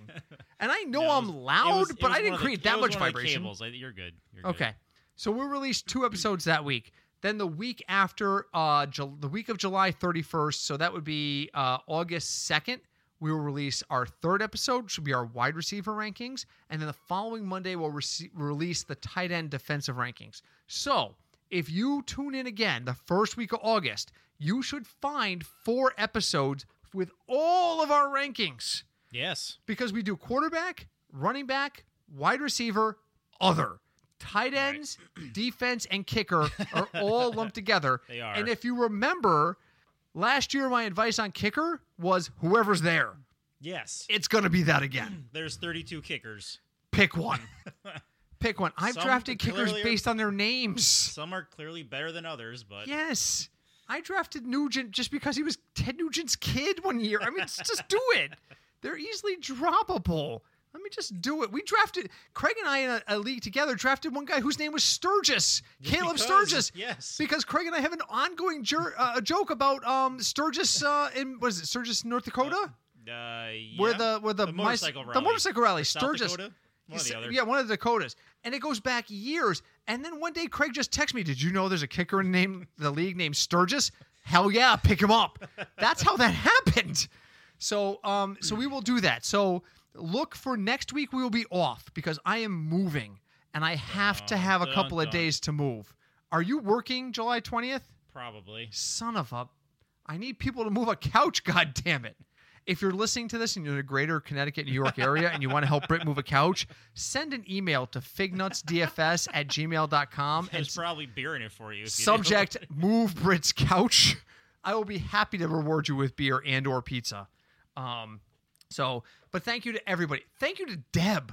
Speaker 2: And I know
Speaker 1: No, it
Speaker 2: I'm
Speaker 1: was- it
Speaker 2: loud,
Speaker 1: was- it was
Speaker 2: but I
Speaker 1: one
Speaker 2: didn't
Speaker 1: of the-
Speaker 2: create
Speaker 1: it
Speaker 2: that
Speaker 1: was
Speaker 2: much
Speaker 1: one of the
Speaker 2: vibration.
Speaker 1: Cables. I, you're good. You're good.
Speaker 2: Okay. So we'll release two episodes that week. Then the week after, uh, Ju- the week of July 31st, so that would be uh, August 2nd, we will release our third episode, which will be our wide receiver rankings. And then the following Monday, we'll rece- release the tight end defensive rankings. So if you tune in again the first week of August, you should find four episodes with all of our rankings
Speaker 1: Yes.
Speaker 2: because we do quarterback, running back, wide receiver, other. Tight ends, defense, and kicker are all lumped together.
Speaker 1: They are.
Speaker 2: And if you remember, last year my advice on kicker was whoever's there,
Speaker 1: Yes.
Speaker 2: it's going to be that again.
Speaker 1: There's 32 kickers.
Speaker 2: Pick one. Pick one. I've
Speaker 1: Some
Speaker 2: drafted kickers
Speaker 1: clearly are-
Speaker 2: based on their names.
Speaker 1: Some are clearly better than others, but
Speaker 2: Yes. I drafted Nugent just because he was Ted Nugent's kid one year. I mean, s- just do it. They're easily droppable. Let me just do it. We drafted Craig and I in a, a league together drafted one guy whose name was Sturgis, Caleb
Speaker 1: Because-
Speaker 2: Sturgis.
Speaker 1: Yes.
Speaker 2: Because Craig and I have an ongoing jer- uh, a joke about um, Sturgis uh, in was it Sturgis, North Dakota,
Speaker 1: uh,
Speaker 2: where
Speaker 1: yeah.
Speaker 2: the where the,
Speaker 1: The
Speaker 2: mice-
Speaker 1: motorcycle
Speaker 2: the
Speaker 1: rally.
Speaker 2: motorcycle rally,
Speaker 1: South
Speaker 2: Sturgis.
Speaker 1: Dakota? One or the
Speaker 2: Yes,
Speaker 1: other.
Speaker 2: Yeah, one of the Dakotas. And it goes back years. And then one day Craig just texted me, Did you know there's a kicker in name the league named Sturgis? Hell yeah, pick him up. That's how that happened. So um so we will do that. So look for next week we will be off because I am moving and I have to
Speaker 1: Dun,
Speaker 2: have a
Speaker 1: dun,
Speaker 2: couple of
Speaker 1: dun.
Speaker 2: days to move. Are you working July 20th?
Speaker 1: Probably.
Speaker 2: Son of a I need people to move a couch, god damn it. If you're listening to this and you're in the greater Connecticut, New York area and you want to help Brit move a couch, send an email to fignutsdfs at gmail.com and
Speaker 1: There's probably beer in it for you. If you do.
Speaker 2: subject move Brit's couch. I will be happy to reward you with beer and or pizza. Um, so, but thank you to everybody. Thank you to Deb.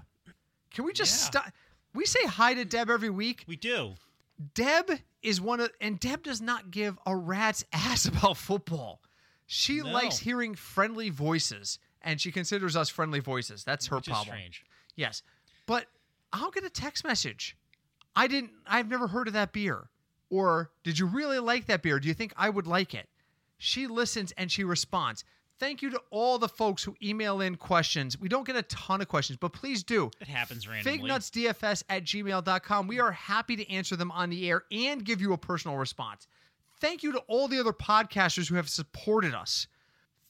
Speaker 2: Can we just
Speaker 1: Yeah.
Speaker 2: stop? We say hi to Deb every week.
Speaker 1: We do.
Speaker 2: Deb is one of, and Deb does not give a rat's ass about football. She
Speaker 1: No.
Speaker 2: likes hearing friendly voices, and she considers us friendly voices. That's her
Speaker 1: Which is
Speaker 2: problem.
Speaker 1: strange.
Speaker 2: Yes, but I'll get a text message. I didn't. I've never heard of that beer. Or did you really like that beer? Do you think I would like it? She listens and she responds. Thank you to all the folks who email in questions. We don't get a ton of questions, but please do.
Speaker 1: It happens randomly.
Speaker 2: Fignutsdfs at gmail.com. We are happy to answer them on the air and give you a personal response. Thank you to all the other podcasters who have supported us.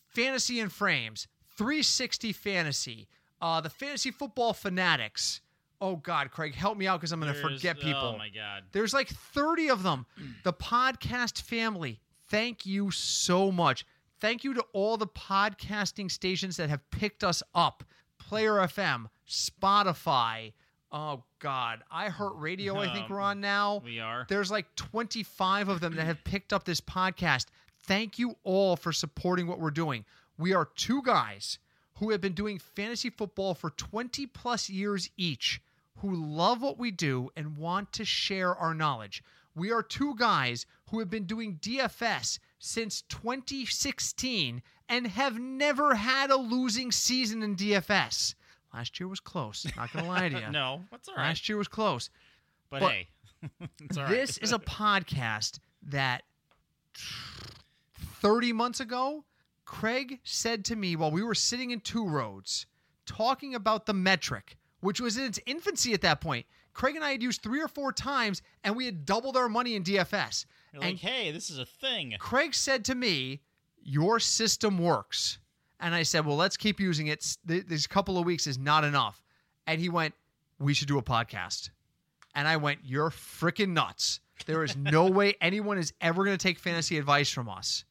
Speaker 2: Fantasy and Frames, 360 Fantasy, uh, the Fantasy Football Fanatics. Oh God, Craig, help me out because I'm going to
Speaker 1: There's-
Speaker 2: forget people.
Speaker 1: Oh my god.
Speaker 2: There's like 30 of them. The podcast family, thank you so much. Thank you to all the podcasting stations that have picked us up Player FM, Spotify. Oh, God. iHeartRadio, I think
Speaker 1: Um,
Speaker 2: we're on now.
Speaker 1: We are.
Speaker 2: There's like 25 of them that have picked up this podcast. Thank you all for supporting what we're doing. We are two guys who have been doing fantasy football for 20 plus years each, who love what we do and want to share our knowledge. We are two guys who have been doing DFS since 2016 and have never had a losing season in DFS. Last year was close. Not going to lie to you.
Speaker 1: Uh, no, that's all right.
Speaker 2: Last year was close
Speaker 1: but,
Speaker 2: but-
Speaker 1: hey, it's all right.
Speaker 2: this is a podcast that 30 months ago craig said to me while we were sitting in two roads talking about the metric which was in its infancy at that point craig and i had used three or four times and we had doubled our money in dfs
Speaker 1: You're like,
Speaker 2: and-
Speaker 1: hey, this is a thing.
Speaker 2: craig said to me your system works and i said well let's keep using it S- th- these couple of weeks is not enough and he went we should do a podcast and I went, "You're freaking nuts! There is no way anyone is ever going to take fantasy advice from us."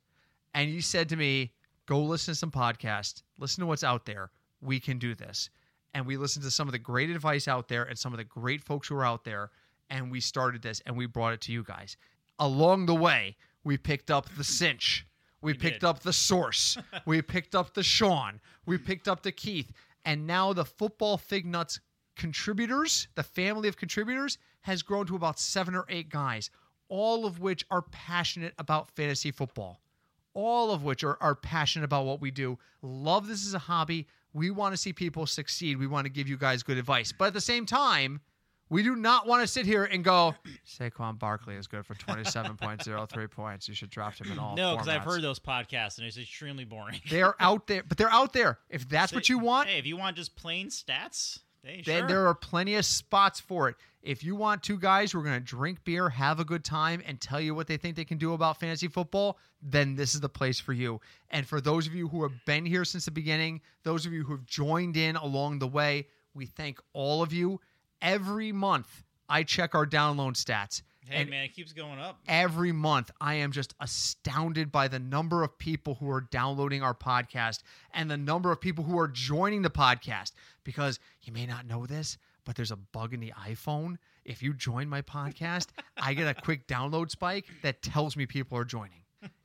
Speaker 2: And you said to me, "Go listen to some podcasts. Listen to what's out there. We can do this." And we listened to some of the great advice out there and some of the great folks who are out there, and we started this and we brought it to you guys. Along the way, we picked up the cinch. We, picked
Speaker 1: did.
Speaker 2: up the source. we picked up the Sean. We picked up the Keith. And now the football fig nuts contributors, the family of contributors, has grown to about seven or eight guys, all of which are passionate about fantasy football, all of which are, are passionate about what we do, love this as a hobby. We want to see people succeed. We want to give you guys good advice. But at the same time, we do not want to sit here and go, Saquon Barkley is good for 27.03 points. You should draft him in all
Speaker 1: No, because I've
Speaker 2: formats."
Speaker 1: heard those podcasts and it's extremely boring.
Speaker 2: They're out there, but they're out there. If that's what you want,
Speaker 1: Hey, if you want just plain stats, hey,
Speaker 2: then
Speaker 1: sure.
Speaker 2: there are plenty of spots for it. If you want two guys who are going to drink beer, have a good time, and tell you what they think they can do about fantasy football, then this is the place for you. And for those of you who have been here since the beginning, those of you who have joined in along the way, we thank all of you. Every month, I check our download stats.
Speaker 1: hey,
Speaker 2: and
Speaker 1: man, it keeps going up.
Speaker 2: every month i am just astounded by the number of people who are downloading our podcast and the number of people who are joining the podcast because you may not know this but there's a bug in the iphone if you join my podcast i get a quick download spike that tells me people are joining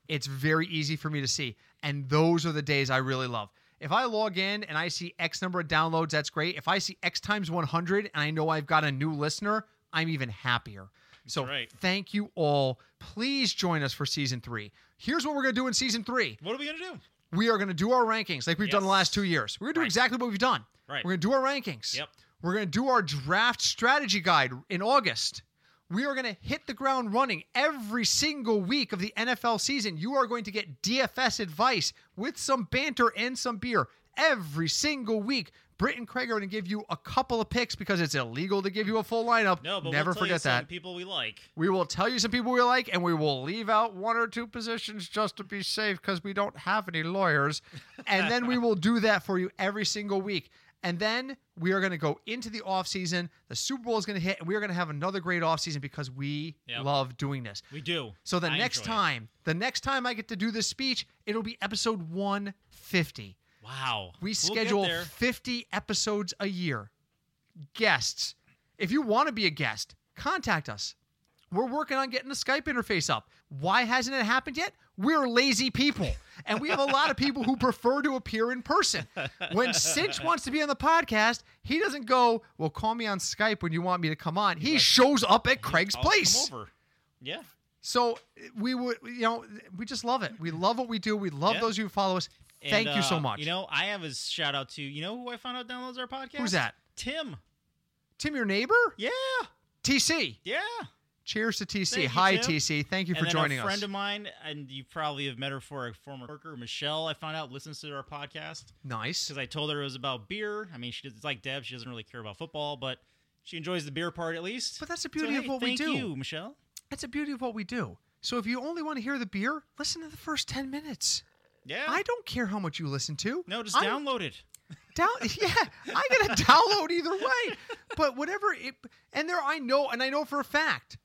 Speaker 2: it's very easy for me to see and those are the days i really love if i log in and i see x number of downloads that's great if i see x times 100 and i know i've got a new listener i'm even happier so
Speaker 1: right.
Speaker 2: thank you all. Please join us for season three. Here's what we're going to do in season three
Speaker 1: What are we gonna do?
Speaker 2: we are going to do our rankings like we've done the
Speaker 1: Yes.
Speaker 2: last two years. We're going to do
Speaker 1: Right.
Speaker 2: exactly what we've done.
Speaker 1: Right.
Speaker 2: We're going to do our rankings.
Speaker 1: Yep.
Speaker 2: We're going to do our draft strategy guide in August. We are going to hit the ground running every single week of the NFL season. You are going to get DFS advice with some banter and some beer every single week. Britt and Craig are going to give you a couple of picks because it's illegal to give you a full lineup.
Speaker 1: No, but
Speaker 2: Never
Speaker 1: we'll tell you
Speaker 2: forget
Speaker 1: some
Speaker 2: that.
Speaker 1: people we like.
Speaker 2: We will tell you some people we like, and we will leave out one or two positions just to be safe because we don't have any lawyers. And then we will do that for you every single week. And then we are going to go into the offseason. The Super Bowl is going to hit, and we are going to have another great offseason because we
Speaker 1: Yep.
Speaker 2: love doing this.
Speaker 1: We do.
Speaker 2: So the
Speaker 1: I
Speaker 2: next
Speaker 1: enjoy it.
Speaker 2: time, the next time I get to do this speech, it'll be episode 150.
Speaker 1: wow, We'll
Speaker 2: We
Speaker 1: get
Speaker 2: schedule
Speaker 1: there.
Speaker 2: 50 episodes a year. Guests. If you want to be a guest, contact us. We're working on getting the Skype interface up. Why hasn't it happened yet? We're lazy people. And we have a lot of people who prefer to appear in person. When Cinch wants to be on the podcast, he doesn't go, Well, call me on Skype when you want me to come on. He shows up at Craig's
Speaker 1: I'll
Speaker 2: place.
Speaker 1: Come over. Yeah,
Speaker 2: So we would, you know, we just love it. We love what we do. We love
Speaker 1: Yeah.
Speaker 2: those who follow us. Thank
Speaker 1: And,
Speaker 2: you so
Speaker 1: uh,
Speaker 2: much.
Speaker 1: You know, I have a shout out to you know who I found out downloads our podcast.
Speaker 2: Who's that?
Speaker 1: Tim.
Speaker 2: Tim, your neighbor?
Speaker 1: Yeah,
Speaker 2: TC.
Speaker 1: yeah.
Speaker 2: Cheers to TC.
Speaker 1: Thank you,
Speaker 2: Hi,
Speaker 1: Tim.
Speaker 2: TC. Thank you for
Speaker 1: and then
Speaker 2: joining
Speaker 1: a friend
Speaker 2: us.
Speaker 1: of mine, and you probably have met her for a former worker, Michelle. I found out listens to our podcast
Speaker 2: nice.
Speaker 1: because I told her it was about beer. I mean, she it's like Deb; she doesn't really care about football, but she enjoys the beer part at least.
Speaker 2: But that's the
Speaker 1: So,
Speaker 2: beauty of
Speaker 1: hey,
Speaker 2: what we
Speaker 1: thank
Speaker 2: do.
Speaker 1: you, Michelle.
Speaker 2: That's the beauty of what we do. So if you only want to hear the beer, listen to the first 10 minutes.
Speaker 1: Yeah.
Speaker 2: I don't care how much you listen to.
Speaker 1: no, just
Speaker 2: I'm
Speaker 1: download it.
Speaker 2: Down, yeah, I gotta download either way. But whatever it, and there I know, and I know for a fact,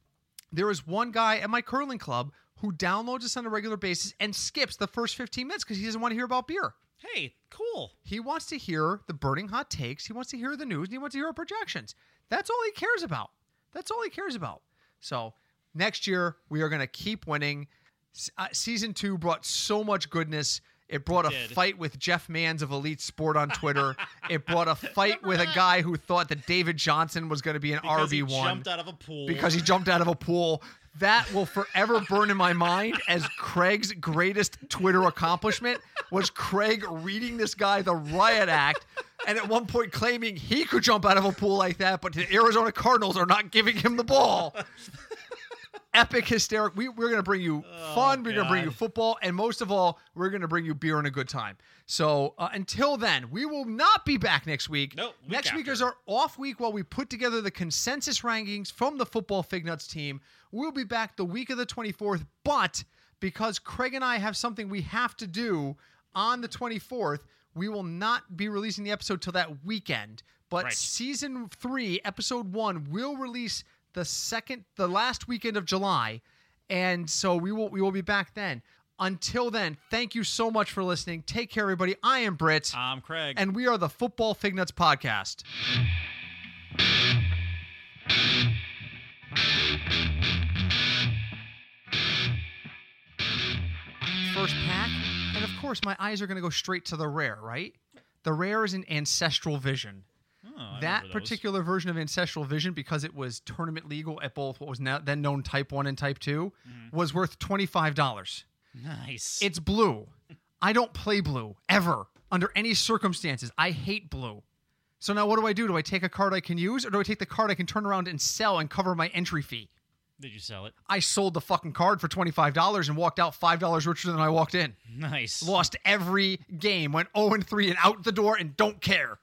Speaker 2: there is one guy at my curling club who downloads us on a regular basis and skips the first 15 minutes because he doesn't want to hear about beer.
Speaker 1: Hey, cool.
Speaker 2: He wants to hear the burning hot takes. He wants to hear the news and he wants to hear our projections. That's all he cares about. That's all he cares about. So next year, we are going to keep winning. S- uh, season two brought so much goodness. It brought a
Speaker 1: did.
Speaker 2: fight with Jeff Manns of Elite Sport on Twitter. it brought a fight with a guy who thought that David Johnson was going to be an
Speaker 1: Because he
Speaker 2: RB1
Speaker 1: jumped out of a pool.
Speaker 2: because he jumped out of a pool. That will forever burn in my mind as Craig's greatest Twitter accomplishment was Craig reading this guy the riot act and at one point claiming he could jump out of a pool like that, but the Arizona Cardinals are not giving him the ball. Epic hysteric. We, we're going to bring you fun. We're going to bring you
Speaker 1: Oh, God.
Speaker 2: football. And most of all, we're going to bring you beer and a good time. So uh, until then, we will not be back next week.
Speaker 1: Nope, week
Speaker 2: next week
Speaker 1: after.
Speaker 2: is our off week while we put together the consensus rankings from the football fig nuts team. We'll be back the week of the 24th, but because Craig and I have something we have to do on the 24th, we will not be releasing the episode till that weekend. But
Speaker 1: Right.
Speaker 2: season three, episode one, will release the second, the last weekend of July, and so we will we will be back then. Until then, thank you so much for listening. Take care, everybody. I am Britt,
Speaker 1: I'm Craig.
Speaker 2: and we are the Football Fig Nuts Podcast. First pack, and of course, my eyes are going to go straight to the rare. Right, the rare is an ancestral vision.
Speaker 1: Oh, I
Speaker 2: that
Speaker 1: remember those.
Speaker 2: particular version of Ancestral Vision, because it was tournament legal at both what was now then known Type One and Type 2
Speaker 1: Mm-hmm.
Speaker 2: was worth twenty five dollars.
Speaker 1: Nice.
Speaker 2: It's blue. I don't play blue ever under any circumstances. I hate blue. So now what do I do? Do I take a card I can use, or do I take the card I can turn around and sell and cover my entry fee?
Speaker 1: Did you sell it?
Speaker 2: I sold the fucking card for twenty five dollars and walked out five dollars richer than I walked in.
Speaker 1: Nice.
Speaker 2: oh Lost every game, went zero and three and out the door, and don't care.